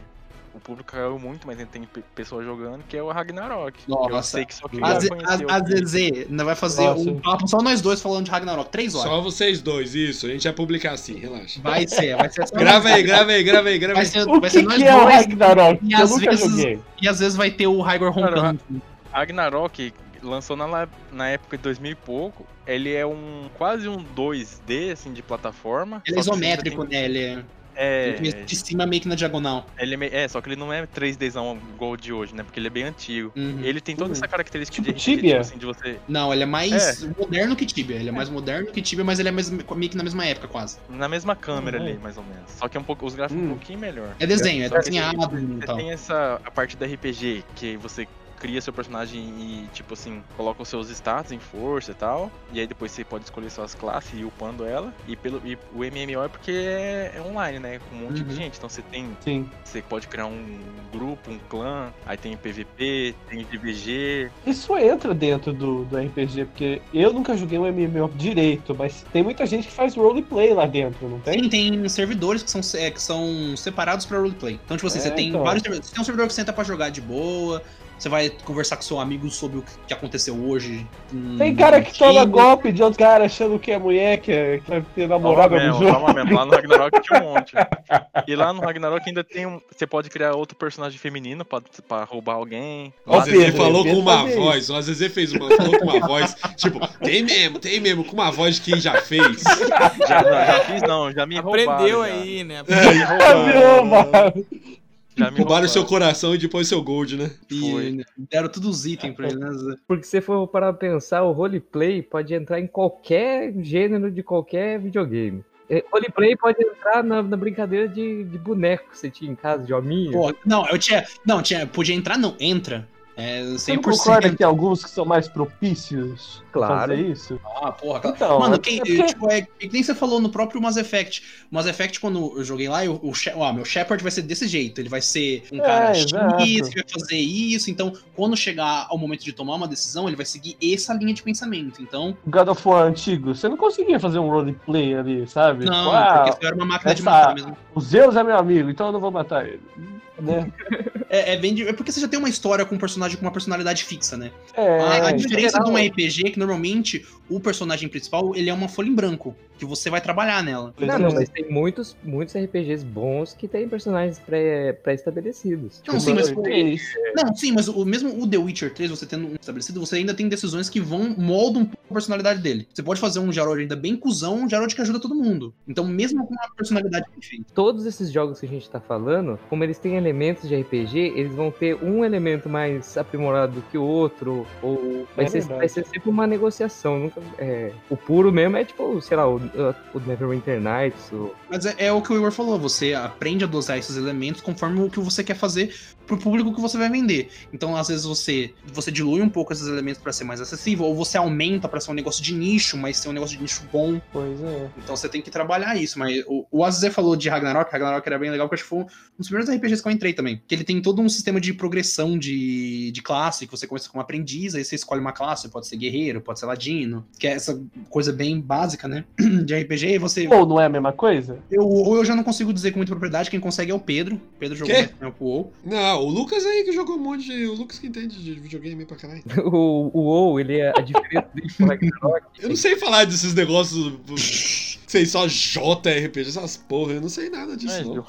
Speaker 6: O público caiu muito, mas ainda tem pe- pessoas jogando, que é o Ragnarok.
Speaker 7: Nossa.
Speaker 6: Eu sei que só quem
Speaker 7: A,
Speaker 6: já
Speaker 7: Z-
Speaker 6: conheceu.
Speaker 7: a, a ZZ ainda vai fazer
Speaker 4: Nossa.
Speaker 7: um papo só nós dois falando de Ragnarok. Três horas.
Speaker 2: Só vocês dois, isso. A gente vai publicar assim, relaxa.
Speaker 7: Vai ser, vai ser só
Speaker 2: Grava aí, grava aí, grava aí, grava
Speaker 7: Vai
Speaker 2: aí.
Speaker 7: ser,
Speaker 4: O
Speaker 7: vai
Speaker 4: que,
Speaker 7: ser
Speaker 4: que é o
Speaker 7: nós dois.
Speaker 4: Ragnarok?
Speaker 7: e
Speaker 4: Eu
Speaker 7: às
Speaker 4: nunca
Speaker 7: vezes-
Speaker 4: joguei.
Speaker 7: E às vezes vai ter o Raigor roncando.
Speaker 6: Ragnarok lançou na, la- na época de 2000 e pouco. Ele é um quase um 2D assim de plataforma.
Speaker 7: Ele é
Speaker 6: só que você
Speaker 7: isométrico,
Speaker 6: tem-
Speaker 7: né? Ele é
Speaker 6: É,
Speaker 7: de cima meio que na diagonal.
Speaker 6: ele é, me- é, só que ele não é 3Dzão igual o de hoje, né? Porque ele é bem antigo.
Speaker 7: Uhum.
Speaker 6: Ele tem toda
Speaker 4: Hum.
Speaker 6: essa característica
Speaker 4: Tipo
Speaker 6: de RPG,
Speaker 4: Tibia?
Speaker 6: tipo assim, de você
Speaker 7: Não, ele é mais moderno que Tibia. Ele é mais moderno que Tibia, mas ele é mais, meio que na mesma época, quase.
Speaker 6: na mesma câmera
Speaker 4: Uhum.
Speaker 6: ali, mais ou menos. Só que é um pouco os gráficos
Speaker 4: Hum.
Speaker 6: um pouquinho melhor.
Speaker 7: É desenho, é
Speaker 6: Só que
Speaker 7: desenhado e
Speaker 6: Você
Speaker 4: Então.
Speaker 7: tal.
Speaker 6: tem essa a parte da RPG que você cria seu personagem e tipo assim, coloca os seus status em força e tal, e aí depois você pode escolher suas classes e ir upando ela. E pelo e o MMO é porque é, é online, né, com um monte
Speaker 7: Uhum.
Speaker 6: de gente, então você tem
Speaker 4: Sim.
Speaker 6: você pode criar um grupo, um clã, aí tem PVP, tem DVG.
Speaker 4: Isso entra dentro do, do RPG, porque eu nunca joguei um MMO direito, mas tem muita gente que faz roleplay lá dentro, não tem?
Speaker 7: Sim, tem servidores que são, se- é, que são separados pra roleplay. Então, tipo assim,
Speaker 4: É,
Speaker 7: você tem
Speaker 4: então.
Speaker 7: vários servidores. Você tem um servidor que senta pra jogar de boa, Você vai conversar com seu amigo sobre o que- que aconteceu hoje. hum,
Speaker 4: Tem cara que
Speaker 7: motivo.
Speaker 4: toma golpe de outro cara achando que é mulher, que, é, que vai ter
Speaker 6: Toma
Speaker 4: namorada no
Speaker 6: mesmo,
Speaker 4: jogo.
Speaker 6: toma mesmo. Lá no Ragnarok tinha um monte. E lá no Ragnarok ainda tem um. Você pode criar outro personagem feminino pra, pra roubar alguém.
Speaker 2: Ó,
Speaker 4: Ó,
Speaker 2: o
Speaker 6: Lá- um-
Speaker 4: Pedro, é
Speaker 2: Zezé falou
Speaker 4: Pedro
Speaker 2: com uma
Speaker 4: fazia isso.
Speaker 2: voz, ó, o Zezé fez uma, falou com uma voz, tipo, tem mesmo, tem mesmo, com uma voz de quem já fez.
Speaker 6: Já, já, já fiz, não, já me roubaram.
Speaker 8: Aprendeu
Speaker 6: já.
Speaker 8: aí, né?
Speaker 2: É,
Speaker 4: Virou, mano.
Speaker 6: Já me
Speaker 2: Roubaram o seu
Speaker 6: roubaram.
Speaker 2: coração e depois seu gold, né?
Speaker 7: E deram todos os itens pra ele, né?
Speaker 3: Porque se você for para pensar, o roleplay pode entrar em qualquer gênero de qualquer videogame. É, Roleplay pode entrar na, na brincadeira de, de boneco que você tinha em casa, de hominho.
Speaker 7: Pô, não, eu tinha. Não, tinha. Podia entrar, não, entra. É
Speaker 4: Você
Speaker 7: 100%.
Speaker 4: não concorda que tem alguns que são mais propícios
Speaker 3: Claro.
Speaker 4: a fazer isso?
Speaker 7: Ah, porra, cara.
Speaker 4: Então,
Speaker 7: Mano,
Speaker 4: é
Speaker 7: quem,
Speaker 4: porque-
Speaker 7: tipo, é, é que nem você falou no próprio Mass Effect. Mass Effect, quando eu joguei lá, eu, o She- ó, meu Shepard vai ser desse jeito. Ele vai ser um cara X
Speaker 4: É, exato.
Speaker 7: que vai fazer isso. Então, quando chegar ao momento de tomar uma decisão, ele vai seguir essa linha de pensamento. Então,
Speaker 4: God of War antigo, você não conseguia fazer um roleplay ali, sabe?
Speaker 7: não,
Speaker 4: Tipo, ah,
Speaker 7: porque isso era uma máquina de
Speaker 4: essa-
Speaker 7: matar mesmo.
Speaker 4: o Zeus é meu amigo, então eu não vou matar ele. Né?
Speaker 7: É, é bem de- é porque você já tem uma história com um personagem com uma personalidade fixa, né?
Speaker 4: É,
Speaker 7: a, a
Speaker 4: é,
Speaker 7: diferença de um
Speaker 4: geral,
Speaker 7: RPG é que normalmente o personagem principal ele é uma folha em branco, que você vai trabalhar nela.
Speaker 3: Não, não, mas tem muitos, muitos RPGs bons que tem personagens pré- pré-estabelecidos.
Speaker 7: Não, sim, mas
Speaker 4: é isso.
Speaker 7: Não, sim, mas o mesmo o The Witcher 3, você tendo um estabelecido, você ainda tem decisões que vão moldam um pouco a personalidade dele. Você pode fazer um Jarod ainda bem cuzão, um Jarod que ajuda todo mundo. Então, mesmo com uma personalidade perfeita.
Speaker 3: todos esses jogos que a gente tá falando, como eles têm elementos de RPG, eles vão ter um elemento mais aprimorado do que o outro, ou vai,
Speaker 4: É
Speaker 3: ser,
Speaker 4: verdade.
Speaker 3: vai ser sempre uma negociação. Nunca, é, o puro mesmo é tipo, sei lá, o, o Neverwinter Nights, o-
Speaker 7: Mas é, é o que o Igor falou, você aprende a dosar esses elementos conforme o que você quer fazer pro público que você vai vender. Então, às vezes você você dilui um pouco esses elementos pra ser mais acessível, ou você aumenta pra ser um negócio de nicho, mas ser um negócio de nicho bom.
Speaker 4: Pois é.
Speaker 7: Então você tem que trabalhar isso, mas o, o Azizé falou de Ragnarok, Ragnarok era bem legal, porque acho que foi um dos primeiros RPGs que eu entrei também. Que ele tem todo um sistema de progressão de, de classe, que você começa como aprendiz, aí você escolhe uma classe, pode ser guerreiro, pode ser ladino, que é essa coisa bem básica, né, de RPG, e você...
Speaker 4: Ou não é a mesma coisa?
Speaker 7: Eu, ou eu já não consigo dizer com muita propriedade, quem consegue é o Pedro, o Pedro jogou
Speaker 2: Quê?
Speaker 7: mais tempo o WoW.
Speaker 2: Não, o Lucas aí que jogou um monte de. O Lucas que entende de videogame pra caralho.
Speaker 3: o, o WoW, ele é a diferença dele pro Ragnarok.
Speaker 2: Eu não sei falar desses negócios. Sei só JRPG, essas porra, eu não sei nada disso,
Speaker 6: Mas,
Speaker 2: não.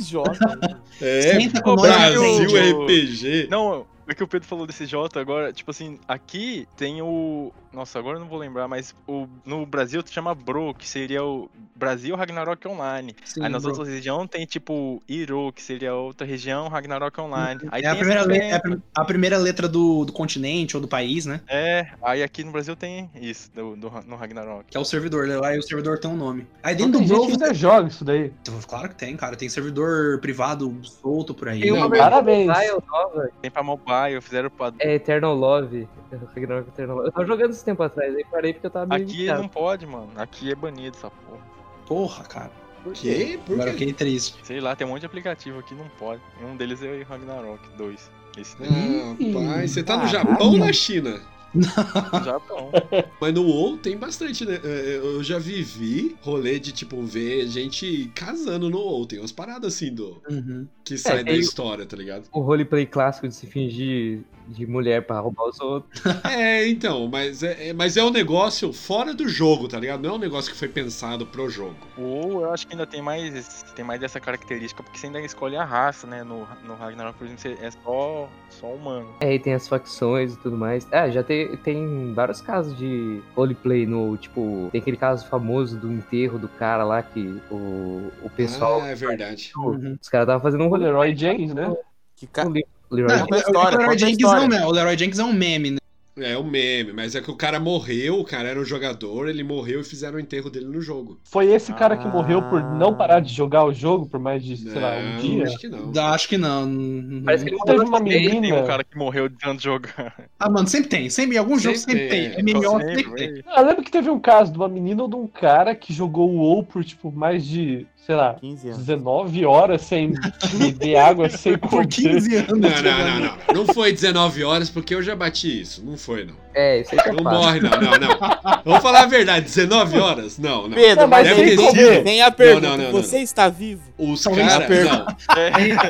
Speaker 4: Jota.
Speaker 2: É,
Speaker 7: É, né? Senta com nós,
Speaker 2: Brasil
Speaker 6: Pedro.
Speaker 2: RPG.
Speaker 6: Não, é que o Pedro falou desse Jota agora, tipo assim, aqui tem o. Nossa, agora eu não vou lembrar, mas o... no Brasil tu chama Bro, que seria o Brasil Ragnarok Online.
Speaker 7: Sim,
Speaker 6: Aí nas
Speaker 7: bro.
Speaker 6: outras regiões tem tipo Iro, que seria outra região, Ragnarok Online. Aí
Speaker 7: é a
Speaker 6: tem
Speaker 7: primeira,
Speaker 6: essa
Speaker 7: le- é
Speaker 6: diferença.
Speaker 7: a prim- a primeira letra do, do continente ou do país, né?
Speaker 6: É, aí aqui no Brasil tem isso, do, do- no Ragnarok.
Speaker 4: Então-
Speaker 7: Que é o servidor, né? aí o servidor tem um nome. Aí
Speaker 4: Tem
Speaker 7: dentro do
Speaker 4: gente
Speaker 7: Bro
Speaker 4: que ainda joga isso daí.
Speaker 7: Então, Claro que tem, cara. Tem servidor privado solto por aí. né?
Speaker 3: Tem uma
Speaker 2: Não,
Speaker 3: versão
Speaker 4: parabéns.
Speaker 3: mobile é nova,
Speaker 6: Tem pra mobile, fizeram pra.
Speaker 3: é Eternal Love, É Ragnarok Eternal Love. Eu tava jogando esse tempo atrás, aí parei porque eu tava meio
Speaker 6: Aqui
Speaker 3: viciado.
Speaker 6: não pode, mano. Aqui é banido essa porra.
Speaker 7: Porra, cara.
Speaker 2: Que? Por
Speaker 7: Agora eu
Speaker 2: quê?
Speaker 7: fiquei triste.
Speaker 6: Sei lá, tem um monte de aplicativo aqui, não pode. Um deles é o Ragnarok 2. Esse daí
Speaker 2: Rapaz, você tá no
Speaker 4: Caralho.
Speaker 2: Japão ou na China?
Speaker 6: é do Japão.
Speaker 2: Mas no WoW tem bastante, né? É, Eu já vivi rolê de, tipo, ver gente casando no WoW. Tem umas paradas assim do...
Speaker 7: Uhum.
Speaker 4: É,
Speaker 2: que saem da
Speaker 3: tem-
Speaker 2: história, tá ligado?
Speaker 3: O roleplay clássico de se fingir de mulher pra roubar os outros.
Speaker 2: É, então, mas é, é- mas é um negócio fora do jogo, tá ligado? Não é um negócio que foi pensado pro jogo.
Speaker 6: O WoW eu acho que ainda tem mais, tem mais dessa característica, porque você ainda escolhe a raça, né? No, no Ragnarok, por exemplo, você é só, só humano.
Speaker 3: É, e tem as facções e tudo mais. Ah, já tem, tem vários casos de roleplay no, tipo, tem aquele caso famoso do enterro do cara lá que o, o pessoal,
Speaker 2: Ah, é verdade.
Speaker 7: Uhum.
Speaker 3: os caras estavam fazendo um
Speaker 4: O
Speaker 3: rolê.
Speaker 4: Leroy James, né?
Speaker 8: Que ca...
Speaker 3: O Le-
Speaker 7: Não, é,
Speaker 3: Leroy-
Speaker 8: Conta a história,
Speaker 7: o Leroy
Speaker 8: conta a
Speaker 7: Jenkins
Speaker 8: história.
Speaker 7: não, né? O Leroy Jenkins é um meme, né?
Speaker 2: É um meme, mas é que o cara morreu, o cara era um jogador, ele morreu e fizeram o enterro dele no jogo.
Speaker 4: Foi esse cara que
Speaker 8: Ah.
Speaker 4: morreu por não parar de jogar o jogo por mais de, sei lá, um
Speaker 2: Não,
Speaker 4: dia.
Speaker 2: acho que não.
Speaker 7: Da- Acho que não. Uhum.
Speaker 3: Parece que ele
Speaker 4: Teve
Speaker 3: morreu
Speaker 4: uma
Speaker 3: de vez.
Speaker 6: Tem um
Speaker 4: menina.
Speaker 6: cara que morreu de tanto jogar.
Speaker 7: Ah, mano, sempre tem. Sempre, em algum jogo
Speaker 2: Sempre
Speaker 7: sempre tem.
Speaker 2: tem,
Speaker 7: É melhor
Speaker 6: Sempre,
Speaker 7: sempre tem.
Speaker 6: né?
Speaker 4: Ah, Eu lembro que teve um caso de uma menina ou de um cara que jogou o WoW por, tipo, mais de, sei lá,
Speaker 8: 15 anos.
Speaker 4: 19 horas sem beber água, sem
Speaker 7: Por
Speaker 4: comer.
Speaker 7: 15 anos.
Speaker 2: Não, não, não, não. Não foi 19 horas porque eu já bati isso. Não foi, não.
Speaker 3: É, isso aí que eu
Speaker 2: Não
Speaker 3: faço.
Speaker 2: morre, não, não, não. Vamos falar a verdade, 19 horas? Não, não.
Speaker 8: Pedro,
Speaker 4: Não, mas
Speaker 8: mas
Speaker 2: deve
Speaker 8: tem,
Speaker 2: ter
Speaker 8: como-
Speaker 2: sido.
Speaker 8: tem a pergunta.
Speaker 2: não, não, não.
Speaker 8: você está vivo?
Speaker 2: Os
Speaker 6: Tá
Speaker 7: Talvez
Speaker 2: caras.
Speaker 8: perca.
Speaker 2: Não,
Speaker 6: É.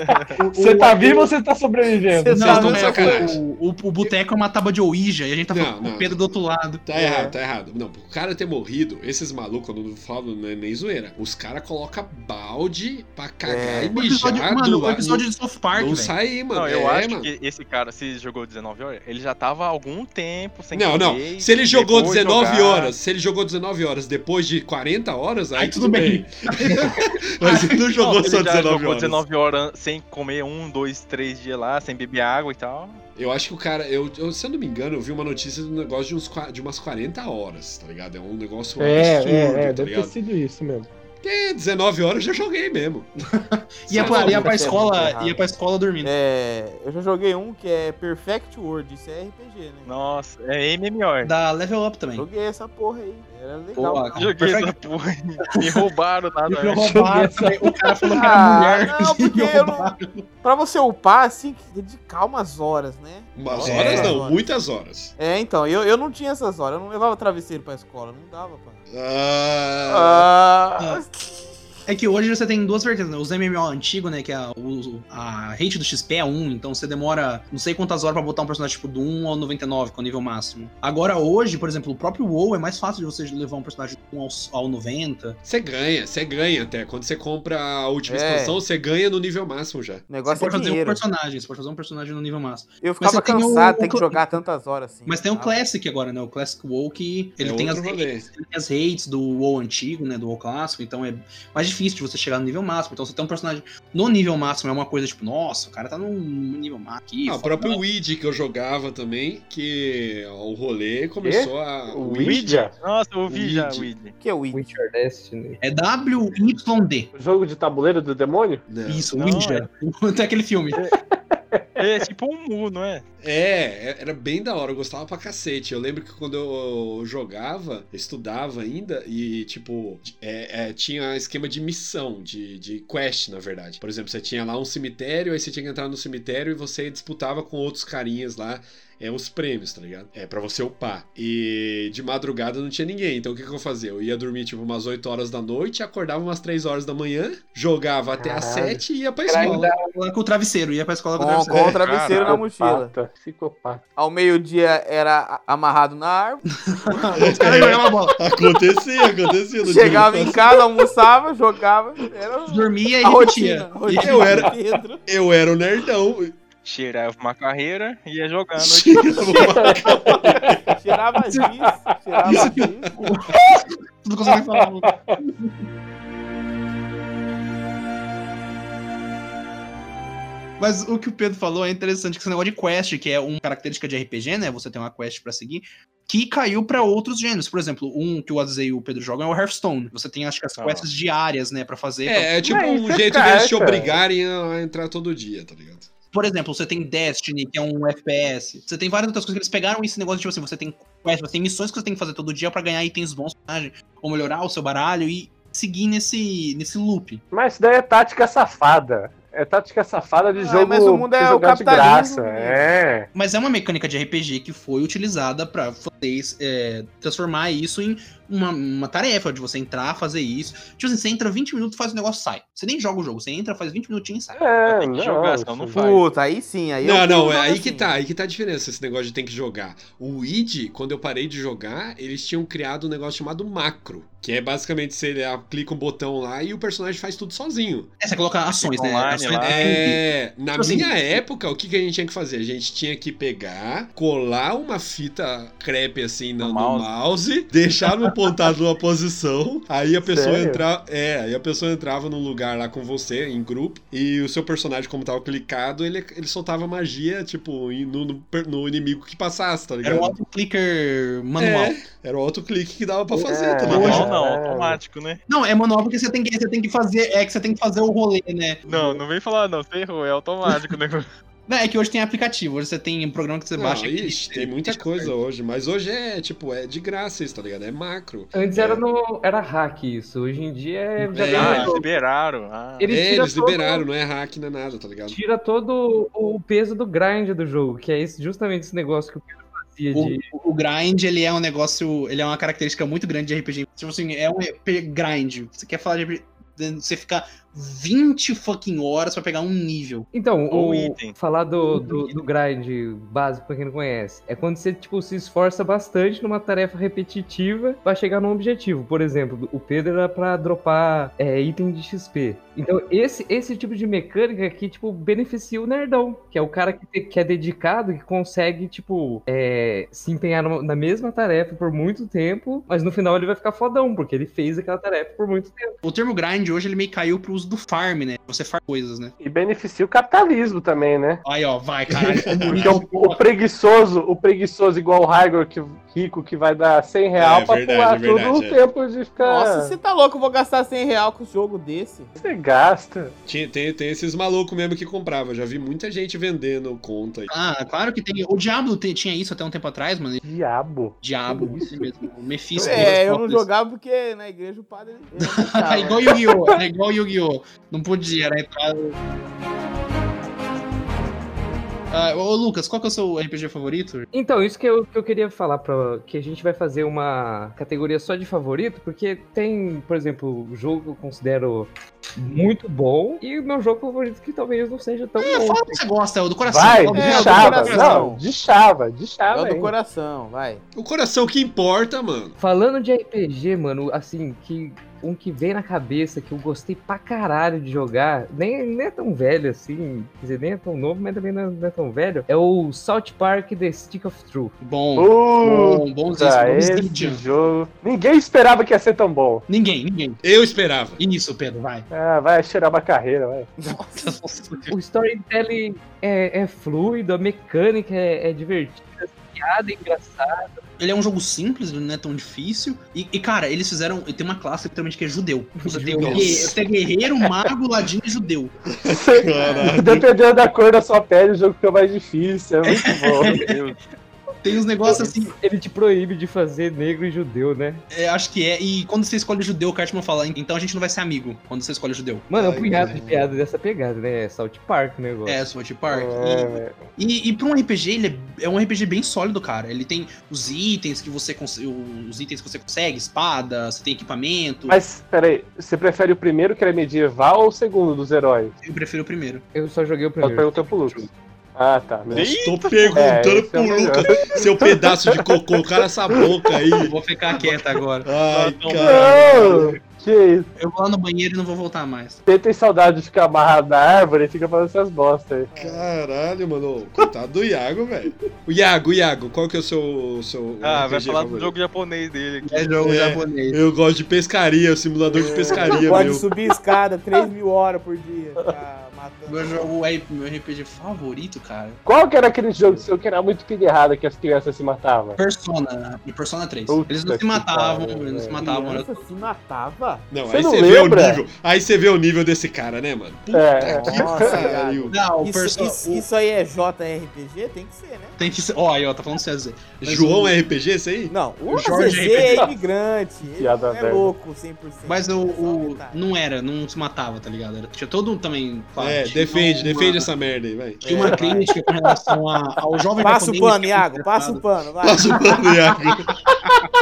Speaker 4: Você tá vivo ou você tá sobrevivendo?
Speaker 8: Você
Speaker 7: Não,
Speaker 8: tá
Speaker 2: tão
Speaker 7: não,
Speaker 2: de
Speaker 7: é,
Speaker 2: sacanagem.
Speaker 7: o, o, o boteco é uma tábua de Ouija e a gente tá
Speaker 2: Não,
Speaker 7: falando com
Speaker 2: não.
Speaker 7: o Pedro do outro lado.
Speaker 2: tá
Speaker 6: É.
Speaker 2: errado, tá errado. Não, o cara ter morrido, esses malucos, quando eu falo, não é nem zoeira. Os caras colocam balde pra cagar
Speaker 8: É.
Speaker 2: e
Speaker 7: O episódio,
Speaker 2: mijar.
Speaker 7: mano,
Speaker 2: do
Speaker 7: o
Speaker 2: lado.
Speaker 7: episódio de South Park,
Speaker 2: Não, não
Speaker 7: velho.
Speaker 2: sai, mano.
Speaker 6: Não, eu
Speaker 2: é,
Speaker 6: acho
Speaker 2: mano.
Speaker 6: que esse cara, se jogou 19 horas, ele já tava há algum tempo sem
Speaker 2: Não, não.
Speaker 6: comer,
Speaker 2: Se ele
Speaker 6: depois
Speaker 2: jogou 19
Speaker 6: jogar.
Speaker 2: horas, se ele jogou 19 horas depois de 40 horas, aí,
Speaker 7: Aí tudo bem.
Speaker 2: Mas ele não jogou
Speaker 6: ele
Speaker 2: só
Speaker 6: já
Speaker 2: 19
Speaker 6: jogou
Speaker 2: horas.
Speaker 6: 19 horas sem comer um, dois, três dias lá, sem beber água e tal.
Speaker 2: Eu acho que o cara, eu, eu- se eu não me engano, eu vi uma notícia de um negócio de, uns, qua- de umas 40 horas, tá ligado? É um negócio
Speaker 4: É,
Speaker 2: absurdo,
Speaker 4: é, é,
Speaker 2: tá
Speaker 4: deve ter
Speaker 2: ligado?
Speaker 4: sido isso mesmo.
Speaker 2: Porque 19 horas eu já joguei mesmo.
Speaker 7: Ia
Speaker 2: Sabe? é
Speaker 7: pra, ia pra
Speaker 8: Tá
Speaker 7: escola,
Speaker 8: errado.
Speaker 7: ia pra escola dormindo.
Speaker 8: É, eu já joguei um que é Perfect World, isso é RPG, né?
Speaker 6: Nossa, é MMOR.
Speaker 7: Da level up também.
Speaker 8: Joguei essa porra aí, era legal.
Speaker 7: Pô, cara,
Speaker 6: Joguei
Speaker 7: perfect-
Speaker 6: essa porra. Me roubaram
Speaker 4: Tá
Speaker 6: né? nada.
Speaker 7: Joguei
Speaker 6: velho.
Speaker 7: essa- O cara falou é que era
Speaker 8: Ah,
Speaker 7: mulher.
Speaker 8: não, porque eu não- Pra você upar, assim, que dedicar umas horas, né?
Speaker 2: Umas
Speaker 8: É.
Speaker 2: horas não,
Speaker 8: Horas.
Speaker 2: muitas horas.
Speaker 8: É, então, eu, eu não tinha essas horas, eu não levava travesseiro pra escola, não dava, pá.
Speaker 2: Ah,
Speaker 8: Ah,
Speaker 7: É que hoje você tem duas vertentes, né? Os MMO antigo, né? Que é o, a rate do XP é 1, então você demora não sei quantas horas pra botar um personagem tipo do 1 ao 99, que é o nível máximo. Agora hoje, por exemplo, o próprio WoW é mais fácil de você levar um personagem do 1 ao, ao 90.
Speaker 2: Você ganha, você ganha até. Quando você compra a
Speaker 8: É.
Speaker 2: última expansão, você ganha no nível máximo já.
Speaker 8: o negócio
Speaker 7: você
Speaker 8: é
Speaker 7: pode fazer
Speaker 8: dinheiro.
Speaker 7: um personagem, você pode fazer um personagem no nível máximo.
Speaker 8: Eu
Speaker 7: Mas
Speaker 8: ficava
Speaker 7: você tem o-
Speaker 8: cansado,
Speaker 7: o
Speaker 8: tem que
Speaker 7: cl-
Speaker 8: jogar tantas horas assim.
Speaker 7: Mas tem o
Speaker 8: sabe?
Speaker 7: Classic agora, né? O Classic WoW que ele,
Speaker 2: Ah. É
Speaker 7: tem, as
Speaker 2: outro rolê.
Speaker 7: rates, ele tem as rates do WoW antigo, né? Do WoW clássico, então é mais difícil de você chegar no nível máximo. Então você tem um personagem no nível máximo, é uma coisa tipo, nossa, o cara tá num nível máximo aqui.
Speaker 2: Ah, o
Speaker 7: fodão.
Speaker 2: próprio Weed que eu jogava também, que o rolê começou a.
Speaker 4: O
Speaker 2: Weed?
Speaker 4: Ouija?
Speaker 6: Nossa, eu vi já,
Speaker 2: Ouija.
Speaker 6: Wid.
Speaker 8: Que é o Witch.
Speaker 3: Witcher Destiny.
Speaker 7: É WYD.
Speaker 4: O jogo de tabuleiro do demônio?
Speaker 2: Não.
Speaker 7: Isso,
Speaker 6: Não,
Speaker 7: Ouija. Até aquele filme.
Speaker 6: É tipo um mu, não é?
Speaker 2: É, é- era bem da hora, eu gostava pra cacete. Eu lembro que quando eu jogava, eu estudava ainda, e tipo, é, é, tinha esquema de missão, de, de quest, na verdade. Por exemplo, você tinha lá um cemitério, aí você tinha que entrar no cemitério e você disputava com outros carinhas lá. É os prêmios, tá ligado? É pra você upar. E de madrugada não tinha ninguém. Então o que, que eu fazia? Eu ia dormir tipo umas 8 horas da noite, acordava umas 3 horas da manhã, jogava até às
Speaker 4: Caralho.
Speaker 2: 7 e ia pra
Speaker 3: Caralho,
Speaker 2: escola.
Speaker 7: Lá com o travesseiro, ia pra escola com o
Speaker 8: Com,
Speaker 7: travesseiro.
Speaker 8: com o travesseiro na mochila.
Speaker 4: Psicopata, psicopata.
Speaker 8: Ao meio-dia era a- amarrado na árvore.
Speaker 7: Os caras jogavam a bola.
Speaker 2: Acontecia, acontecia. no dia.
Speaker 8: Chegava em casa, almoçava, jogava. Era
Speaker 7: Dormia e
Speaker 8: a rotina.
Speaker 7: repetia.
Speaker 8: a rotina
Speaker 2: Eu era-
Speaker 8: do Pedro.
Speaker 2: Eu era o nerdão.
Speaker 6: Cheirava uma carreira e ia jogando.
Speaker 8: Cheirava giz, cheirava giz.
Speaker 7: Tu não consegue falar. Mas o que o Pedro falou é interessante, que esse negócio de quest, que é uma característica de RPG, né? Você tem uma quest pra seguir, que caiu pra outros gêneros. Por exemplo, um que o Azei e o Pedro jogam é o Hearthstone. Você tem, acho que as
Speaker 6: Ah.
Speaker 7: quests diárias, né, Pra fazer. pra
Speaker 2: É, é tipo
Speaker 4: Mas
Speaker 2: um
Speaker 4: isso é
Speaker 2: jeito
Speaker 4: cara,
Speaker 2: deles te
Speaker 4: cara.
Speaker 2: obrigarem a entrar todo dia, tá ligado?
Speaker 7: Por exemplo, você tem Destiny, que é um FPS. Você tem várias outras coisas que eles pegaram esse negócio, tipo assim, você tem quest, você tem missões que você tem que fazer todo dia pra ganhar itens bons, personagem, ou melhorar o seu baralho e seguir nesse, nesse loop.
Speaker 4: Mas isso daí é tática safada. É tática safada de
Speaker 8: Ah,
Speaker 4: jogo.
Speaker 8: mas o mundo
Speaker 4: pra
Speaker 8: é o
Speaker 4: jogar de
Speaker 8: capitalismo,
Speaker 4: graça.
Speaker 8: né?
Speaker 4: É.
Speaker 7: Mas é uma mecânica de RPG que foi utilizada pra vocês é, transformar isso em uma, uma tarefa, de você entrar, fazer isso. Tipo assim, você entra 20 minutos, faz o negócio sai. Você nem joga o jogo, você entra, faz 20 minutinhos e sai.
Speaker 4: É,
Speaker 6: Tem que jogar, senão não
Speaker 4: isso-
Speaker 6: faz.
Speaker 8: Puta, aí sim. Aí
Speaker 2: não,
Speaker 8: eu-
Speaker 2: não, é
Speaker 8: jogo
Speaker 2: aí que
Speaker 8: assim.
Speaker 2: tá, aí que tá a diferença, esse negócio de tem que jogar. O id, quando eu parei de jogar, eles tinham criado um negócio chamado macro, que é basicamente você ah, clica um botão lá e o personagem faz tudo sozinho.
Speaker 7: É, você coloca ações, né?
Speaker 6: Online
Speaker 7: Ações
Speaker 6: lá.
Speaker 7: do loop.
Speaker 2: É, na
Speaker 7: Assim,
Speaker 2: minha época, o que, que a gente tinha que fazer? A gente tinha que pegar, colar uma fita crepe assim no,
Speaker 6: No
Speaker 2: no mouse. deixar no pontado numa posição, aí a pessoa
Speaker 4: Sério?
Speaker 2: entrava. É, aí a pessoa entrava num lugar lá com você, em grupo, e o seu personagem, como tava clicado, ele, ele soltava magia, tipo, em- no, no per- no inimigo que passasse, tá
Speaker 7: Era um
Speaker 2: ligado?
Speaker 7: auto-clicker manual.
Speaker 2: É, era o autoclique que dava pra fazer,
Speaker 4: É,
Speaker 2: tá ligado?
Speaker 6: Manual não,
Speaker 4: É.
Speaker 6: automático, né?
Speaker 7: Não, é manual porque você tem que, você tem que fazer. É que você tem que fazer o rolê, né?
Speaker 6: Não, não vem falar não, ferrou, é automático o negócio.
Speaker 7: Não, é que hoje tem aplicativo, hoje você tem um programa que você
Speaker 2: Não,
Speaker 7: baixa. que-
Speaker 2: ixi, tem muita
Speaker 7: que-
Speaker 2: coisa hoje, mas hoje é, tipo, é de graça isso, tá ligado? É macro.
Speaker 3: Antes era, no, era hack isso, hoje em dia é. já
Speaker 2: É,
Speaker 3: tá
Speaker 6: Ah,
Speaker 3: no jogo.
Speaker 6: liberaram. Ah.
Speaker 3: Ele- Eles
Speaker 2: é,
Speaker 3: tiram
Speaker 2: eles
Speaker 3: todo-
Speaker 2: liberaram, não é hack, não é nada, tá ligado?
Speaker 3: Tira todo o peso do grind do jogo, que é esse, justamente esse negócio que o Pedro filosofia de.
Speaker 7: O, o grind, ele é um negócio, ele é uma característica muito grande de RPG. Tipo assim, é um RPG grind. Você quer falar de RPG, você ficar 20 fucking horas pra pegar um nível.
Speaker 3: Então,
Speaker 6: Ou
Speaker 3: o,
Speaker 6: item.
Speaker 3: falar do, do, do grind básico pra quem não conhece, é quando você tipo, se esforça bastante numa tarefa repetitiva pra chegar num objetivo. Por exemplo, o Pedro era pra dropar é, item de XP. Então, esse, esse tipo de mecânica que, tipo, beneficia o nerdão, que é o cara que, te- que é dedicado, que consegue, tipo, é, se empenhar numa- na mesma tarefa por muito tempo, mas no final ele vai ficar fodão, porque ele fez aquela tarefa por muito tempo.
Speaker 7: O termo grind hoje ele meio caiu pro uso do farm, né? Você farm coisas, né?
Speaker 4: E beneficia o capitalismo também, né?
Speaker 7: Aí, ó, vai, caralho.
Speaker 8: Então,
Speaker 4: Porque o, o preguiçoso, o preguiçoso igual o Raigor, que rico, que vai dar 100 real
Speaker 2: É,
Speaker 4: pra
Speaker 2: verdade,
Speaker 4: pular
Speaker 2: é verdade,
Speaker 4: tudo o
Speaker 2: é.
Speaker 4: tempo de ficar.
Speaker 8: Nossa, você tá louco, eu vou gastar 100 real com um jogo desse.
Speaker 4: Você gasta.
Speaker 2: Tinha- tem, tem esses malucos mesmo que comprava. Já vi muita gente vendendo conta aí.
Speaker 7: Ah, claro que tem. O Diablo te- tinha isso até um tempo atrás, mano.
Speaker 4: Diabo.
Speaker 7: Diabo, isso mesmo. O Mephisto.
Speaker 8: Uhum. É, eu não
Speaker 7: Todas.
Speaker 8: jogava porque na igreja o padre. ele não
Speaker 7: Era
Speaker 8: deixava.
Speaker 2: Tá
Speaker 8: né?
Speaker 7: É igual Yu-Gi-Oh! Era igual Yu-Gi-Oh! Não podia, né? era entrada. Ah, ô Lucas, qual que é o seu RPG favorito?
Speaker 3: Então, isso que eu, que eu queria falar, pra, que a gente vai fazer uma categoria só de favorito, porque tem, por exemplo, o jogo que eu considero muito bom e o meu jogo favorito que talvez não seja tão
Speaker 7: É,
Speaker 3: bom.
Speaker 7: fala o que você gosta, é o do coração.
Speaker 4: Vai,
Speaker 7: Fala o
Speaker 4: de
Speaker 7: que
Speaker 8: é,
Speaker 7: você
Speaker 4: chava.
Speaker 7: gosta.
Speaker 8: coração.
Speaker 4: Não, de chava, de
Speaker 8: É o
Speaker 2: Tá
Speaker 4: chava.
Speaker 8: do
Speaker 4: hein?
Speaker 8: coração, vai.
Speaker 2: O coração que importa, mano.
Speaker 3: Falando de RPG, mano, assim, que um que vem na cabeça, que eu gostei pra caralho de jogar, nem, nem é tão velho assim, quer dizer, nem é tão novo, mas também não é, não é tão velho, é o South Park The Stick of Truth.
Speaker 7: Bom,
Speaker 4: Puta,
Speaker 7: bom, bonzinho.
Speaker 4: esse
Speaker 7: Obsidian.
Speaker 4: jogo. Ninguém esperava que ia ser tão bom.
Speaker 7: Ninguém, ninguém.
Speaker 2: Eu esperava.
Speaker 7: Isso, Pedro, vai.
Speaker 4: Ah, vai cheirar uma carreira, vai.
Speaker 3: O storytelling é, é fluido, a mecânica é, é divertida, a piada é engraçada.
Speaker 7: Ele é um jogo simples, ele não é tão difícil. E, e, cara, eles fizeram. Tem uma classe literalmente que é judeu. Você tem, o
Speaker 2: Nossa.
Speaker 7: guerre- você tem guerreiro, mago, ladinho e judeu.
Speaker 4: Dependendo da cor da sua pele, o jogo fica mais difícil. É muito bom.
Speaker 7: Tem uns negócios assim.
Speaker 3: Ele te proíbe de fazer negro e judeu, né?
Speaker 7: É, acho que é. E quando você escolhe judeu, o Cartman fala, então a gente não vai ser amigo quando você escolhe judeu.
Speaker 3: Mano, é um
Speaker 2: Ai,
Speaker 3: punhado de
Speaker 2: caralho.
Speaker 3: piada dessa pegada, né? É South Park o negócio.
Speaker 7: É, Swatch Park.
Speaker 4: É, velho.
Speaker 7: E, e, e pra um RPG, ele é, é um RPG bem sólido, cara. Ele tem os itens que você consegue. Os itens que você consegue, espada, você tem equipamento.
Speaker 4: Mas, peraí, você prefere o primeiro, que era medieval, ou o segundo dos heróis?
Speaker 7: Eu prefiro o primeiro.
Speaker 3: Eu só joguei o
Speaker 4: Eu
Speaker 3: primeiro.
Speaker 4: perguntei pro Lucas. Ah, tá.
Speaker 2: Nossa, tô
Speaker 4: É,
Speaker 2: perguntando
Speaker 4: esse é
Speaker 2: pro
Speaker 4: o melhor.
Speaker 2: Lucas, seu pedaço de cocô, cala essa boca aí.
Speaker 7: Eu vou ficar quieto agora.
Speaker 2: Ai,
Speaker 6: Não,
Speaker 2: cara.
Speaker 4: Não! Que isso?
Speaker 7: Eu vou lá no banheiro e não vou voltar mais.
Speaker 4: Você tem saudade de ficar amarrado na árvore e fica fazendo essas bostas aí.
Speaker 2: Caralho, mano. Coitado do Iago, velho. O Iago, Iago, qual que é o seu. seu
Speaker 6: Ah, vai
Speaker 2: RPG
Speaker 6: falar do
Speaker 2: favorito?
Speaker 6: jogo japonês dele aqui.
Speaker 7: É jogo
Speaker 2: É.
Speaker 7: japonês.
Speaker 2: Eu gosto de pescaria, o simulador
Speaker 6: É.
Speaker 2: de pescaria,
Speaker 8: Pode
Speaker 2: meu.
Speaker 8: subir escada 3 mil horas por dia. Tá matando.
Speaker 7: Meu jogo é meu RPG favorito, cara.
Speaker 4: Qual que era aquele jogo seu que era muito pilhado que as crianças se matavam?
Speaker 7: Persona, de Persona 3.
Speaker 4: Puta
Speaker 7: eles não se
Speaker 4: que
Speaker 7: matavam,
Speaker 4: pariu,
Speaker 7: eles não se
Speaker 4: velho.
Speaker 7: matavam. né? era-
Speaker 8: Criança se matava?
Speaker 2: Não,
Speaker 4: Você
Speaker 2: aí
Speaker 4: não
Speaker 2: você vê o
Speaker 4: lembra?
Speaker 2: nível. Aí você vê o nível desse cara, né, mano? Puta
Speaker 4: É.
Speaker 2: que
Speaker 8: Nossa,
Speaker 2: pariu.
Speaker 7: Não, o
Speaker 8: Isso,
Speaker 7: Persona.
Speaker 8: isso-
Speaker 7: o-
Speaker 8: isso aí é JRPG? Tem que ser, né?
Speaker 7: Tem que ser. Ó, aí, ó, tá falando César. Mas
Speaker 2: João
Speaker 7: o-
Speaker 2: é RPG esse aí?
Speaker 8: Não, o
Speaker 7: Jorge
Speaker 8: AZZ
Speaker 7: RPG.
Speaker 8: é imigrante. Ele
Speaker 4: tá Piada
Speaker 8: não é
Speaker 4: velha.
Speaker 8: louco 100%.
Speaker 7: Mas o,
Speaker 8: é só
Speaker 7: o-
Speaker 8: metade.
Speaker 7: não era, não se matava, tá ligado? Era- tinha todo um também. claro,
Speaker 2: É,
Speaker 7: tinha
Speaker 2: defende,
Speaker 7: uma-
Speaker 2: defende essa merda aí, vai.
Speaker 7: Tinha uma
Speaker 8: É,
Speaker 7: crítica com relação a- ao jovem
Speaker 8: Passa o
Speaker 7: japonês
Speaker 8: pano,
Speaker 7: que é
Speaker 8: Iago. Passa o pano, vai.
Speaker 2: Passa o pano, Iago.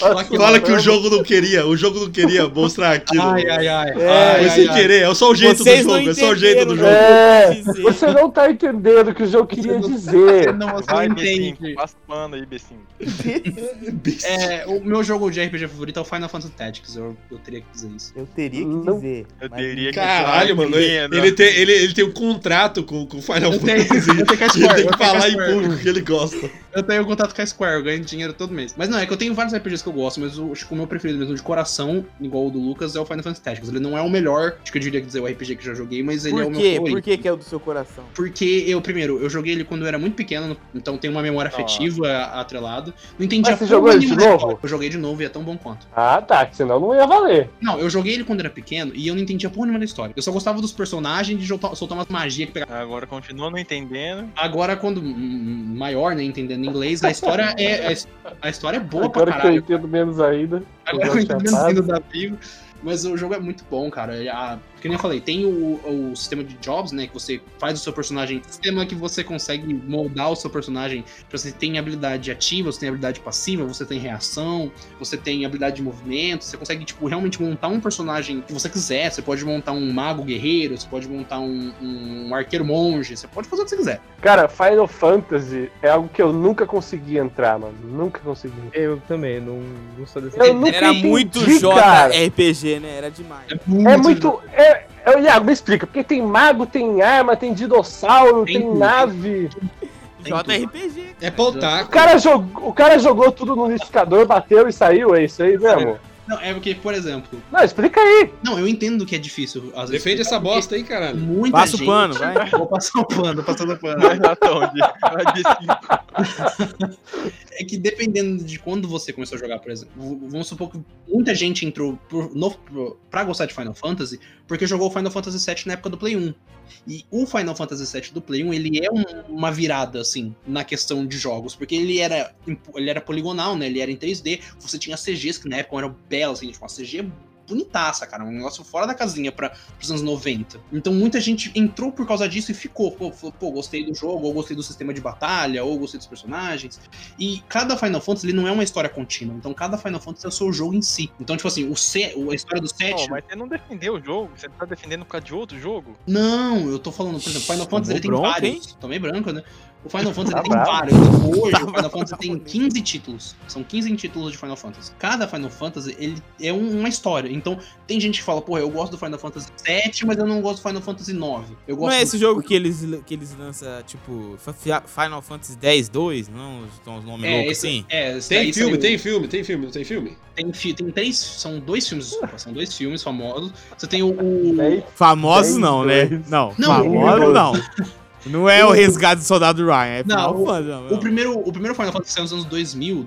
Speaker 7: Fala que- é
Speaker 2: Fala que o jogo não queria, o jogo não queria mostrar aquilo.
Speaker 7: Ai, ai,
Speaker 8: É,
Speaker 7: ai. ai,
Speaker 2: Foi
Speaker 7: ai,
Speaker 2: sem
Speaker 7: ai.
Speaker 2: querer, é só o jeito
Speaker 8: Vocês
Speaker 2: do
Speaker 8: não
Speaker 2: jogo, é só o jeito do jogo.
Speaker 8: entenderam, né?
Speaker 4: É,
Speaker 8: Dizer.
Speaker 4: você não tá entendendo o que o jogo queria
Speaker 7: Você
Speaker 4: dizer.
Speaker 7: não, você
Speaker 6: Vai,
Speaker 7: não
Speaker 6: B5,
Speaker 7: entende.
Speaker 6: passa o pano aí, B5.
Speaker 7: É, o meu jogo de RPG favorito é o Final Fantasy Tactics, eu, eu teria que dizer isso.
Speaker 8: Eu teria que
Speaker 4: Não.
Speaker 8: dizer.
Speaker 6: Eu
Speaker 8: mas-
Speaker 6: teria que
Speaker 2: Caralho, mano,
Speaker 6: né?
Speaker 2: ele, ele tem, ele, ele tem um contrato com o Final
Speaker 7: Eu tenho,
Speaker 2: Fantasy.
Speaker 7: eu tenho que a
Speaker 2: Ele
Speaker 7: Square,
Speaker 2: tem
Speaker 7: eu
Speaker 2: que
Speaker 7: tenho que a
Speaker 2: falar em
Speaker 7: Square.
Speaker 2: público que ele gosta.
Speaker 7: Eu tenho contato com a Square, eu ganho dinheiro todo mês. Mas não, é que eu tenho vários RPGs que eu gosto, mas o, acho que o meu preferido mesmo de coração, igual o do Lucas, é o Final Fantasy Tactics. Ele não é o melhor, acho que eu diria que dizer o RPG que eu já joguei, mas ele é o
Speaker 8: Por
Speaker 7: meu
Speaker 8: quê?
Speaker 7: favorito.
Speaker 8: Por que que é o do seu coração?
Speaker 7: Porque eu, primeiro, eu joguei ele quando eu era muito pequeno, então tem uma memória
Speaker 6: Nossa.
Speaker 7: afetiva atrelada. Não entendi
Speaker 4: Mas
Speaker 7: a
Speaker 4: você
Speaker 7: porra
Speaker 4: jogou ele
Speaker 7: nenhuma
Speaker 4: de
Speaker 7: da
Speaker 4: novo?
Speaker 7: história. Eu joguei um de novo e é tão bom quanto.
Speaker 4: Ah, tá, que senão não ia valer.
Speaker 7: Não, eu joguei ele quando era pequeno e eu não entendia porra nenhuma da história. Eu só gostava dos personagens de soltar, soltar umas magias que pegava.
Speaker 6: Agora continua não entendendo.
Speaker 7: Agora, quando hum, maior, né, entendendo inglês, a história é. A, his- a história é boa pra
Speaker 4: Agora que eu
Speaker 7: caralho.
Speaker 4: entendo menos ainda.
Speaker 7: Agora eu
Speaker 4: eu
Speaker 7: entendo
Speaker 4: já
Speaker 7: menos da vivo. Mas o jogo é muito bom, cara. A Porque nem eu falei, tem o, o sistema de jobs, né? Que você faz o seu personagem. Sistema que você consegue moldar o seu personagem. Pra você tem habilidade ativa, você tem habilidade passiva, você tem reação, você tem habilidade de movimento. Você consegue, tipo, realmente montar um personagem que você quiser. Você pode montar um mago guerreiro, você pode montar um, um arqueiro monge, você pode fazer o que você quiser.
Speaker 4: Cara, Final Fantasy é algo que eu nunca consegui entrar, mano. Nunca consegui.
Speaker 3: Eu também, não, não sou desse tipo.
Speaker 4: Eu nunca
Speaker 8: Era
Speaker 4: entendi,
Speaker 8: muito
Speaker 4: cara.
Speaker 8: JRPG, né? Era demais.
Speaker 4: É muito. É, é, Iago, me explica, porque tem mago, tem arma, tem dinossauro,
Speaker 7: Tem
Speaker 4: tem,
Speaker 7: tudo.
Speaker 4: nave.
Speaker 8: JRPG.
Speaker 2: É pautar.
Speaker 4: O cara, jogou, o cara jogou tudo no liquidificador, bateu e saiu, é isso aí mesmo?
Speaker 7: Não, é porque, por exemplo.
Speaker 4: Não, explica aí.
Speaker 7: Não, eu entendo que é difícil. Às vezes,
Speaker 2: Defende essa bosta aí, caralho.
Speaker 7: Muita
Speaker 8: Passa
Speaker 7: gente...
Speaker 8: o pano, vai.
Speaker 7: Vou passar o pano, passando o pano.
Speaker 6: Vai dar tom tá de- vai de cinco.
Speaker 7: É que dependendo de quando você começou a jogar, por exemplo, v- vamos supor que muita gente entrou por, no, pro- pra gostar de Final Fantasy porque jogou Final Fantasy VII na época do Play 1. E o Final Fantasy VII do Play 1, ele é um- uma virada, assim, na questão de jogos, porque ele era, em- ele era poligonal, né? Ele era em 3D, você tinha CGs que na época eram belas, assim, tipo, uma CG bonitaça, cara, um negócio fora da casinha pra, pros anos 90. Então muita gente entrou por causa disso e ficou, pô, falou, pô, gostei do jogo, ou gostei do sistema de batalha, ou gostei dos personagens. E cada Final Fantasy ele não é uma história contínua. Então cada Final Fantasy é o seu jogo em si. Então, tipo assim, o se, o- a história do
Speaker 6: Não,
Speaker 7: 7.
Speaker 6: mas você não defendeu o jogo, você tá defendendo por causa de outro jogo?
Speaker 7: Não, eu tô falando, por exemplo, Final Fantasy ele tem
Speaker 8: bronca,
Speaker 7: vários.
Speaker 8: hein?
Speaker 7: Tomei branco, né? O Final Fantasy
Speaker 4: Tá
Speaker 7: ele tem
Speaker 4: bravo.
Speaker 7: vários. Hoje,
Speaker 8: Tá
Speaker 7: o Final
Speaker 8: bravo,
Speaker 7: Fantasy tem
Speaker 8: bonito.
Speaker 7: 15 títulos. São 15 títulos de Final Fantasy. Cada Final Fantasy ele é um- uma história. Então, tem gente que fala, porra, eu gosto do Final Fantasy 7, mas eu não gosto do Final Fantasy 9. Eu gosto
Speaker 8: Não é
Speaker 7: do-
Speaker 8: esse jogo que eles, que eles lançam, tipo, fa- fi- Final Fantasy X 2? Não são os nomes
Speaker 7: é,
Speaker 8: loucos
Speaker 7: esse,
Speaker 8: assim?
Speaker 7: é, esse
Speaker 2: Tem
Speaker 7: daí
Speaker 2: filme,
Speaker 7: saiu-
Speaker 2: tem filme, tem filme, não tem filme?
Speaker 7: tem, fi- tem três, são dois filmes, desculpa, são dois filmes famosos. Você tem o- o
Speaker 4: Daí,
Speaker 8: Famosos
Speaker 4: 10,
Speaker 8: não, né?
Speaker 4: 2.
Speaker 8: Não,
Speaker 7: Não,
Speaker 8: famosos
Speaker 4: o-
Speaker 8: não. Não é o
Speaker 7: o-
Speaker 8: Resgate do Soldado Ryan, é Final
Speaker 7: Não, o-
Speaker 8: Fantasy. Não,
Speaker 7: O primeiro, o primeiro Final Fantasy saiu nos anos 2000,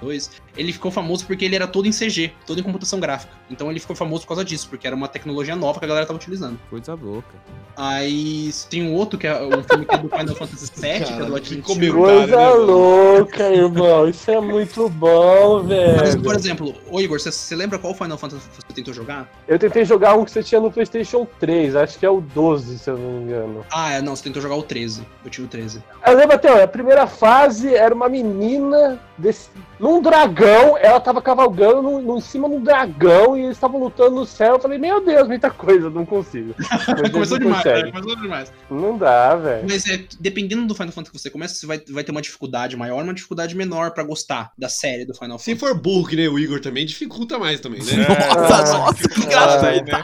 Speaker 7: 2002, ele ficou famoso porque ele era todo em CG, todo em computação gráfica. Então ele ficou famoso por causa disso, porque era uma tecnologia nova que a galera tava utilizando.
Speaker 8: Coisa louca.
Speaker 7: Aí tem um outro que é um filme que é do Final Fantasy VII, que é do
Speaker 2: Cara, que
Speaker 7: Atlético.
Speaker 2: comeu.
Speaker 4: coisa
Speaker 2: né, mano?
Speaker 4: louca, irmão. Isso é muito bom,
Speaker 7: Mas,
Speaker 4: velho.
Speaker 7: por exemplo, ô Igor, você, você lembra qual Final Fantasy você tentou jogar?
Speaker 4: Eu tentei jogar um que você tinha no PlayStation 3, acho que é o 12, se eu não me engano.
Speaker 7: Ah, é, não, você tentou jogar o 13. Eu tive o 13.
Speaker 4: Eu lembro até, ó, a primeira fase era uma menina desse- num dragão, ela tava cavalgando num- num- em cima de um dragão e eles estavam lutando no céu. Eu falei, meu Deus, muita coisa, não consigo. Mas
Speaker 7: Começou
Speaker 4: não
Speaker 7: demais,
Speaker 4: consegue.
Speaker 7: né? Começou demais.
Speaker 4: Não dá, velho.
Speaker 7: Mas é, dependendo do Final Fantasy que você começa, você vai, vai ter uma dificuldade maior, uma dificuldade menor pra gostar da série do Final
Speaker 2: Se
Speaker 7: Fantasy.
Speaker 2: for burro que nem o Igor também, dificulta mais também, né?
Speaker 7: É.
Speaker 8: Nossa,
Speaker 4: Ah,
Speaker 8: nossa, que
Speaker 6: Tá
Speaker 8: engraçado.
Speaker 6: aí, né?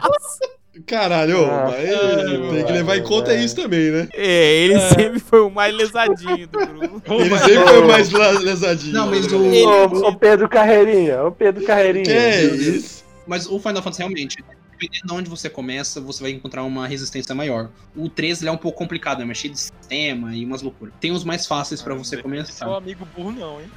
Speaker 2: Caralho,
Speaker 4: Ah,
Speaker 2: mas
Speaker 4: caralho,
Speaker 2: tem que levar em
Speaker 4: mano,
Speaker 2: conta
Speaker 4: é.
Speaker 2: isso também, né?
Speaker 8: É, ele sempre foi o mais lesadinho do grupo.
Speaker 2: Ele sempre foi o mais la- lesadinho.
Speaker 7: Não, mas
Speaker 2: Né?
Speaker 7: o.
Speaker 8: Ele-
Speaker 4: Ô, ô, Pedro Carreirinha, ô Pedro Carreirinha.
Speaker 2: Que é isso?
Speaker 7: Mas o Final Fantasy realmente, dependendo de onde você começa, você vai encontrar uma resistência maior. O 3 ele é um pouco complicado, né? Mas cheio de sistema e umas loucuras. Tem os mais fáceis pra você
Speaker 6: Seu
Speaker 7: começar.
Speaker 6: é um amigo burro não, hein?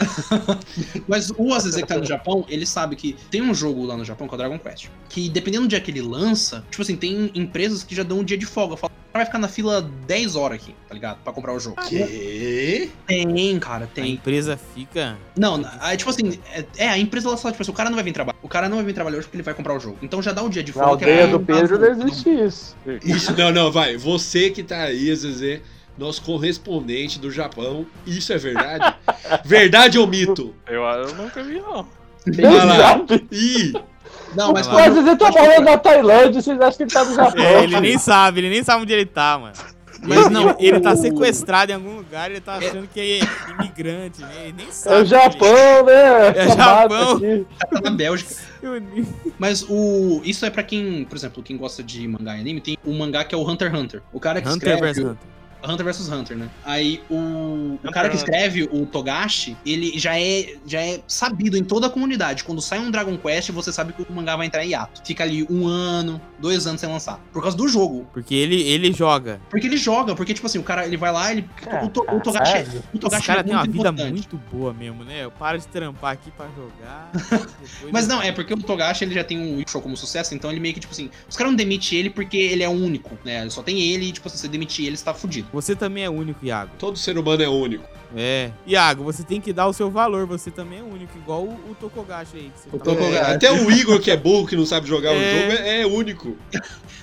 Speaker 7: Mas o Aziz que tá no Japão, ele sabe que tem um jogo lá no Japão que é o Dragon Quest. Que dependendo do dia que ele lança, tipo assim, tem empresas que já dão um dia de folga. Fala, "O cara vai ficar na fila 10 horas aqui, tá ligado? Pra comprar o jogo.
Speaker 2: Que?
Speaker 7: Ah, Tem, cara,
Speaker 8: A
Speaker 7: tem.
Speaker 8: empresa fica.
Speaker 7: Não, na- aí, tipo assim, é, é, a empresa ela fala, tipo assim, o cara não vai vir trabalhar. O cara não vai vir trabalhar hoje porque ele vai comprar o jogo. Então já dá um dia de
Speaker 4: Na
Speaker 7: folga. que é
Speaker 4: aldeia do
Speaker 7: pra-
Speaker 4: Pedro não existe isso.
Speaker 2: Isso, não, não, vai. Você que tá aí, Zezé, nosso correspondente do Japão, isso é verdade? verdade ou mito?
Speaker 6: Eu, ah, eu nunca vi, não.
Speaker 4: Nem
Speaker 2: Vai lá.
Speaker 4: sabe.
Speaker 2: Ih,
Speaker 7: Não,
Speaker 8: Vai
Speaker 4: Mas
Speaker 7: mas
Speaker 8: lá.
Speaker 7: quando-
Speaker 4: às vezes eu tô morando na Tailândia, vocês acham que ele tá no Japão.
Speaker 8: É, ele nem sabe, ele nem sabe onde ele tá, mano.
Speaker 7: Mas
Speaker 8: ele,
Speaker 7: não,
Speaker 8: ele tá
Speaker 7: o-
Speaker 8: sequestrado em algum lugar, ele tá achando que é imigrante, né? Ele nem sabe.
Speaker 4: É o Japão, né?
Speaker 8: É
Speaker 4: Essa mata
Speaker 8: Japão.
Speaker 4: aqui.
Speaker 7: tá na Bélgica.
Speaker 8: Ele-
Speaker 7: Mas o. Isso é pra quem, por exemplo, quem gosta de mangá e anime, tem o mangá que é o Hunter x Hunter. O cara que
Speaker 8: Hunter vs
Speaker 7: escreve.
Speaker 8: Hunter.
Speaker 7: Hunter vs Hunter, né? Aí o, o
Speaker 6: Hunter
Speaker 7: cara que
Speaker 6: x
Speaker 7: escreve o Togashi, ele já é, já é sabido em toda a comunidade. Quando sai um Dragon Quest, você sabe que o mangá vai entrar em hiato. Fica ali um ano, dois anos sem lançar. Por causa do jogo.
Speaker 8: Porque ele, ele joga.
Speaker 7: Porque ele joga, porque, tipo assim, o cara ele vai lá, ele. o, to, o Togashi, é- o
Speaker 8: Esse
Speaker 7: Togashi
Speaker 8: cara
Speaker 7: é
Speaker 8: tem uma
Speaker 7: muito
Speaker 8: vida
Speaker 7: importante.
Speaker 8: muito boa mesmo, né? Eu paro de trampar aqui pra jogar. depois
Speaker 7: Mas
Speaker 8: eu-
Speaker 7: não, é porque o Togashi ele já tem o show como sucesso, então ele meio que, tipo assim, os caras não demitem ele porque ele é o único, né? Só tem ele e, tipo, se você assim, demitir ele, você tá fudido.
Speaker 8: Você também é único, Iago.
Speaker 2: Todo ser humano é único.
Speaker 8: É. Iago, você tem que dar o seu valor, você também é único, igual o, o Tokogashi aí. Que você
Speaker 7: O
Speaker 8: tá
Speaker 7: Tô Tokogashi.
Speaker 2: É,
Speaker 7: ligado.
Speaker 2: até o Igor, que é burro, que não sabe jogar o
Speaker 8: É.
Speaker 2: jogo, é, é único.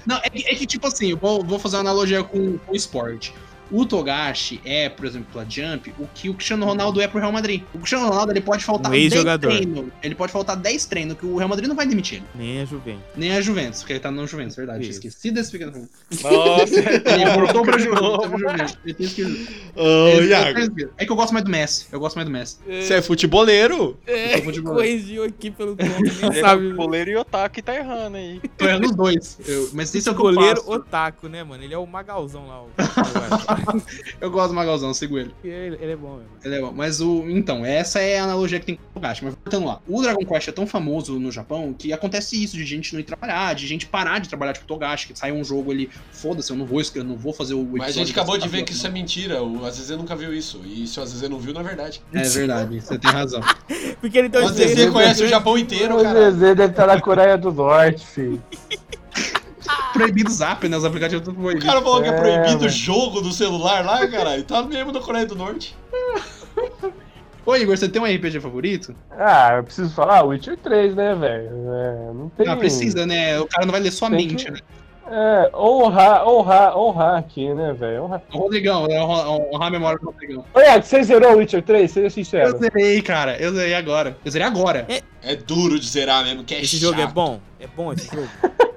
Speaker 7: Não, é, que- é que tipo assim, eu vou, vou fazer uma analogia com, com o esporte. O Togashi é, por exemplo, a Jump, o que o Cristiano Ronaldo é pro Real Madrid. O Cristiano Ronaldo ele pode faltar
Speaker 8: Um ex-jogador.
Speaker 7: treinos. Ele pode faltar 10 treinos, que o Real Madrid não vai demitir ele.
Speaker 8: Nem é Juventus.
Speaker 7: Nem a Juventus, porque ele tá no Juventus, verdade. Tinha
Speaker 8: Isso.
Speaker 7: esquecido desse pequeno.
Speaker 6: Nossa,
Speaker 7: Ele voltou pra
Speaker 6: de
Speaker 7: Juventus.
Speaker 6: novo.
Speaker 7: Pro Juventus. Eu tinha esquecido.
Speaker 2: Ô,
Speaker 7: Ele-
Speaker 2: Iago,
Speaker 7: É que eu gosto mais do Messi. Eu gosto mais do Messi.
Speaker 2: você é futeboleiro?
Speaker 7: Eu vou de goleiro.
Speaker 8: É, Corrigiu aqui pelo nome, nem
Speaker 6: Ele
Speaker 8: sabe.
Speaker 6: é goleiro e otaku e tá errando aí.
Speaker 7: Tô errando os dois. Eu- mas isso é o que eu
Speaker 8: Goleiro
Speaker 7: faço.
Speaker 8: Otaku, né, mano? Ele é o Magalzão lá. O...
Speaker 7: Eu gosto do Magalzão, sigo ele.
Speaker 8: ele, ele é bom mesmo.
Speaker 7: Ele é bom. Mas o. Então, essa é a analogia que tem com o Togashi. Mas voltando lá. O Dragon Quest é tão famoso no Japão que acontece isso, de gente não ir trabalhar, de gente parar de trabalhar tipo o Togashi, que sai um jogo ali, foda-se, eu não vou, eu não vou fazer
Speaker 1: Mas
Speaker 7: o
Speaker 1: a gente
Speaker 7: episódio
Speaker 1: acabou
Speaker 7: dessa
Speaker 1: de ver que isso é
Speaker 7: capítulo,
Speaker 1: mentira. O Azizê nunca viu isso. E se o Azizê não viu, não é verdade.
Speaker 7: não. é. verdade, você tem razão.
Speaker 8: Porque ele
Speaker 1: Então,
Speaker 8: tem
Speaker 1: é O Azizê conhece o Japão inteiro, cara.
Speaker 4: deve estar na Coreia do Norte, filho.
Speaker 7: Proibido o zap, né? Os aplicativos estão
Speaker 1: O
Speaker 7: proibidos.
Speaker 1: cara falou que é
Speaker 4: É,
Speaker 1: proibido o
Speaker 4: mano.
Speaker 1: jogo do celular lá, caralho. Tá mesmo na Coreia do Norte.
Speaker 7: Ô, Igor, você tem um RPG favorito?
Speaker 4: Ah, eu preciso falar Witcher 3, né, velho? É, não tem.
Speaker 7: Ah, precisa, né? O cara não vai ler sua
Speaker 4: Tem
Speaker 7: mente,
Speaker 4: que-
Speaker 7: né?
Speaker 4: É, honrar, honrar, honrar aqui, né, velho? Honrar.
Speaker 7: O Rodrigão, né? honra- honrar a memória do Rodrigão.
Speaker 4: Ô, Iago, você zerou o Witcher 3? Seja sincero.
Speaker 7: Eu zerei, cara. Eu zerei agora. Eu zerei agora.
Speaker 1: É duro de zerar mesmo, que é
Speaker 8: Esse
Speaker 1: chato.
Speaker 8: jogo é bom? É bom esse jogo?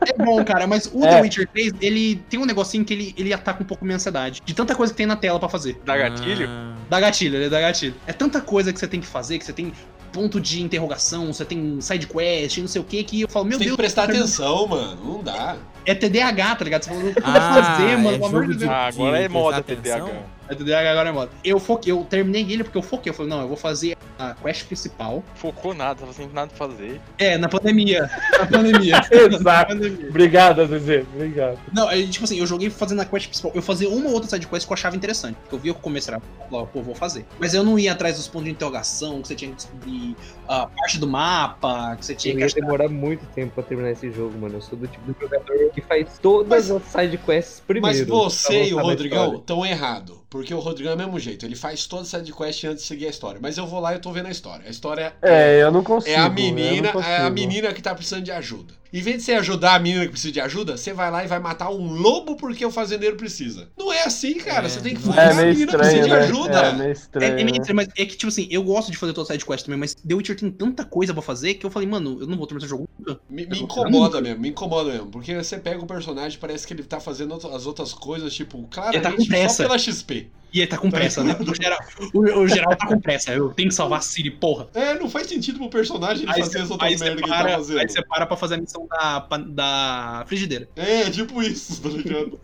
Speaker 7: É bom, cara, mas o
Speaker 4: É.
Speaker 7: The Witcher 3, ele tem um negocinho que ele, ele ataca um pouco minha ansiedade. De tanta coisa que tem na tela pra fazer.
Speaker 6: Dá gatilho?
Speaker 8: Ah.
Speaker 7: Dá gatilho, ele dá gatilho. É tanta coisa que você tem que fazer, que você tem ponto de interrogação, você tem side quest, não sei o que, que eu falo, meu
Speaker 1: Tem que
Speaker 7: Deus,
Speaker 1: prestar
Speaker 7: cara,
Speaker 1: atenção, mano. Não dá.
Speaker 7: é TDAH, tá ligado? Você fala, o que eu vou
Speaker 8: Ah,
Speaker 7: fazer, mano?
Speaker 8: é
Speaker 7: Pelo amor
Speaker 8: jogo
Speaker 7: de
Speaker 8: de-
Speaker 7: Deus.
Speaker 6: Ah, agora é
Speaker 8: prestar
Speaker 6: moda
Speaker 8: atenção?
Speaker 6: TDAH.
Speaker 7: É TDAH agora é moda. Eu foquei, eu terminei ele porque eu foquei. Eu falei, não, eu vou fazer a quest principal.
Speaker 6: Focou nada, tava sem nada pra fazer.
Speaker 7: É, na pandemia. Na pandemia.
Speaker 4: Exato.
Speaker 7: Na pandemia.
Speaker 4: Obrigado, Azizê. Obrigado.
Speaker 7: Não, é, tipo assim, eu joguei fazendo a quest principal. Eu fazia uma ou outra side quest que eu achava interessante. Porque eu via que o começo era, ó, pô, vou fazer. Mas eu não ia atrás dos pontos de interrogação, que você tinha que descobrir a parte do mapa, que você tinha
Speaker 3: Eu
Speaker 7: que
Speaker 3: ia
Speaker 7: achar.
Speaker 3: demorar muito tempo pra terminar esse jogo, mano. Eu sou do tipo de jogador que faz todas as sidequests primeiro.
Speaker 1: Mas você
Speaker 3: pra
Speaker 1: e o
Speaker 3: avançar na
Speaker 1: Rodrigão
Speaker 3: história.
Speaker 1: estão errado. Porque o Rodrigão é o mesmo jeito. Ele faz toda essa de quest antes de seguir a história. Mas eu vou lá e eu tô vendo a história. A história
Speaker 4: É, eu não consigo.
Speaker 1: É a
Speaker 4: eu
Speaker 1: menina,
Speaker 4: não consigo.
Speaker 1: é a menina que tá precisando de ajuda. Em vez de você ajudar a menina que precisa de ajuda, você vai lá e vai matar um lobo porque o fazendeiro precisa. Não é assim, cara.
Speaker 8: É,
Speaker 1: você tem que
Speaker 8: não
Speaker 1: focar
Speaker 4: É
Speaker 1: a
Speaker 4: meio
Speaker 1: menina que precisa
Speaker 4: estranho,
Speaker 1: de
Speaker 4: né?
Speaker 1: ajuda.
Speaker 4: É meio
Speaker 7: É,
Speaker 4: estranho.
Speaker 7: é meio estranho, mas é que, tipo assim, eu gosto de fazer toda side quest também, mas The Witcher tem tanta coisa pra fazer que eu falei, mano, eu não vou terminar esse jogo nunca.
Speaker 1: Me, me incomoda mesmo, me incomoda mesmo. Porque você pega o personagem, parece que ele tá fazendo outra- as outras coisas, tipo, claramente só
Speaker 7: tá pressa.
Speaker 1: pela XP.
Speaker 7: E ele tá com pressa, né? O geral, o, o geral tá com pressa. Eu tenho que salvar a Siri, porra.
Speaker 1: É, não faz sentido pro personagem ele
Speaker 7: Aí
Speaker 1: fazer
Speaker 7: você,
Speaker 1: as
Speaker 7: aí
Speaker 1: outras
Speaker 7: você
Speaker 1: merdas que ele
Speaker 7: para,
Speaker 1: tá
Speaker 7: aí
Speaker 1: fazendo.
Speaker 7: você para pra fazer a missão da, pan- da frigideira.
Speaker 1: É, tipo isso, tá ligado?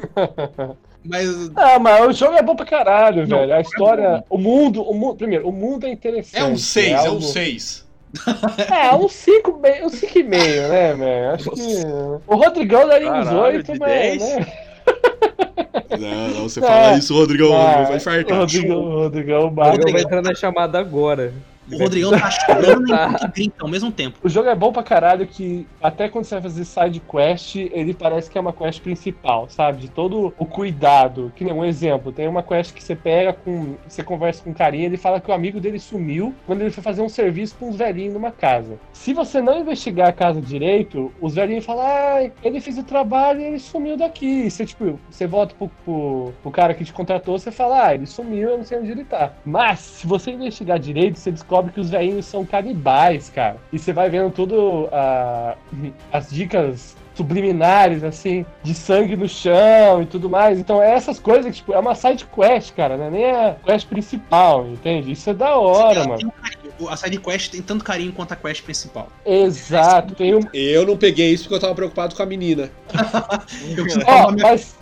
Speaker 7: Mas
Speaker 4: Ah, mas o jogo é bom pra caralho,
Speaker 7: Não,
Speaker 4: velho. A
Speaker 7: é
Speaker 4: história. O mundo, o mundo. Primeiro, o mundo é interessante.
Speaker 1: É um 6, é um
Speaker 4: algo-
Speaker 1: 6.
Speaker 4: É, um 5 bem- um cinco e meio, né, velho? Acho que. O Rodrigão daria uns
Speaker 6: Caralho,
Speaker 4: 8,
Speaker 6: de
Speaker 4: mas.
Speaker 6: 10?
Speaker 4: Né?
Speaker 2: Não, não, você
Speaker 4: É.
Speaker 2: fala isso, Rodrigão,
Speaker 4: Ah,
Speaker 2: vai
Speaker 4: O
Speaker 2: infartar.
Speaker 4: Rodrigão, o Rodrigão
Speaker 3: O
Speaker 4: bate.
Speaker 3: Rodrigão vai entrar na chamada agora.
Speaker 7: o Rodrigão tá chorando e grita ao mesmo tempo.
Speaker 4: O jogo é bom pra caralho que até quando você vai fazer side quest, ele parece que é uma quest principal, sabe? De todo o cuidado. Que nem um exemplo, tem uma quest que você pega com. Você conversa com um carinha, ele fala que o amigo dele sumiu quando ele foi fazer um serviço pra uns velhinhos numa casa. Se você não investigar a casa direito, os velhinhos falam, ah, ele fez o trabalho e ele sumiu daqui. E você, tipo, você volta pro, pro, pro cara que te contratou, você fala, ah, ele sumiu, eu não sei onde ele tá. Mas, se você investigar direito, você descobre que os velhinhos são canibais, cara. E você vai vendo tudo ah, as dicas subliminares, assim, de sangue no chão e tudo mais. Então, é essas coisas que, tipo, é uma side quest, cara, né? Nem a quest principal, entende? Isso é da hora,
Speaker 7: Ela
Speaker 4: mano.
Speaker 7: tem um carinho. A side quest tem tanto carinho quanto a quest principal.
Speaker 4: Exato. Tem um,
Speaker 2: Eu não peguei isso porque eu tava preocupado com a menina.
Speaker 7: Eu preciso
Speaker 4: Ó,
Speaker 7: salvar minha-
Speaker 4: mas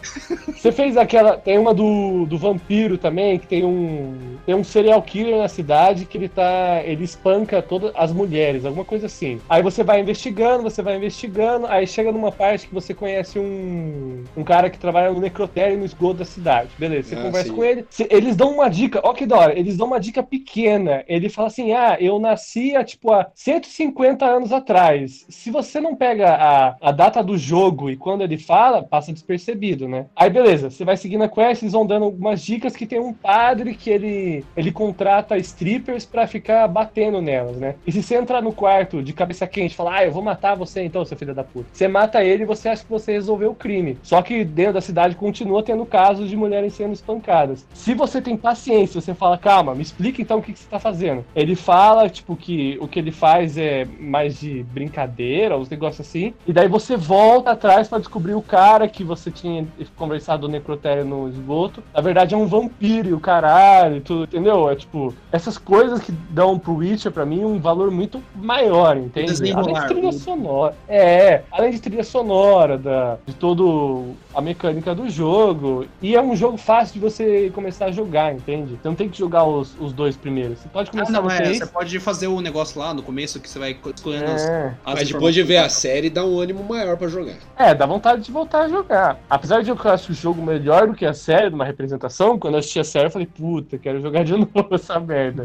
Speaker 4: você fez aquela. Tem uma do, do vampiro também, que tem um. Tem um serial killer na cidade que ele tá. Ele espanca todas as mulheres, alguma coisa assim. Aí você vai investigando, você vai investigando, aí chega numa parte que você conhece um. um cara que trabalha no necrotério no esgoto da cidade. Beleza, você
Speaker 2: Ah,
Speaker 4: conversa
Speaker 2: sim.
Speaker 4: com ele. se- eles dão uma dica, ó que da hora, eles dão uma dica pequena. Ele fala assim: ah, ah, eu nasci há, tipo, há 150 anos atrás. Se você não pega a, a data do jogo e quando ele fala, passa despercebido, né? Aí, beleza, você vai seguindo a quest, eles vão dando algumas dicas que tem um padre que ele, ele contrata strippers pra ficar batendo nelas, né? E se você entrar no quarto de cabeça quente e falar, ah, eu vou matar você então, seu filho da puta. Você mata ele e você acha que você resolveu o crime. Só que dentro da cidade continua tendo casos de mulheres sendo espancadas. Se você tem paciência, você fala, calma, me explica então o que, que você tá fazendo. Ele fala, tipo, que o que ele faz é mais de brincadeira, uns negócios assim. E daí você volta atrás pra descobrir o cara que você tinha conversado no necrotério no esgoto. Na verdade é um vampiro e o caralho e tudo, entendeu? É tipo, essas coisas que dão pro Witcher, pra mim, um valor muito maior, entende?
Speaker 7: desenrolar,
Speaker 4: Além de trilha
Speaker 7: o-
Speaker 4: sonora. É, além de trilha sonora, da, de todo a mecânica do jogo. E é um jogo fácil de você começar a jogar, entende? Você não tem que jogar os, os dois primeiros. Você pode
Speaker 7: Ah,
Speaker 4: começar
Speaker 7: não,
Speaker 4: os
Speaker 7: é,
Speaker 4: três.
Speaker 7: você pode fazer o negócio lá no começo que você vai escolhendo as,
Speaker 4: É.
Speaker 7: as
Speaker 2: Mas depois de
Speaker 3: tá
Speaker 2: ver a
Speaker 7: informações.
Speaker 2: série, dá um ânimo maior pra jogar.
Speaker 4: É, dá vontade de voltar a jogar. Apesar de eu achar o jogo melhor do que a série, numa representação, quando eu assisti a série eu falei, puta, quero jogar de novo essa merda.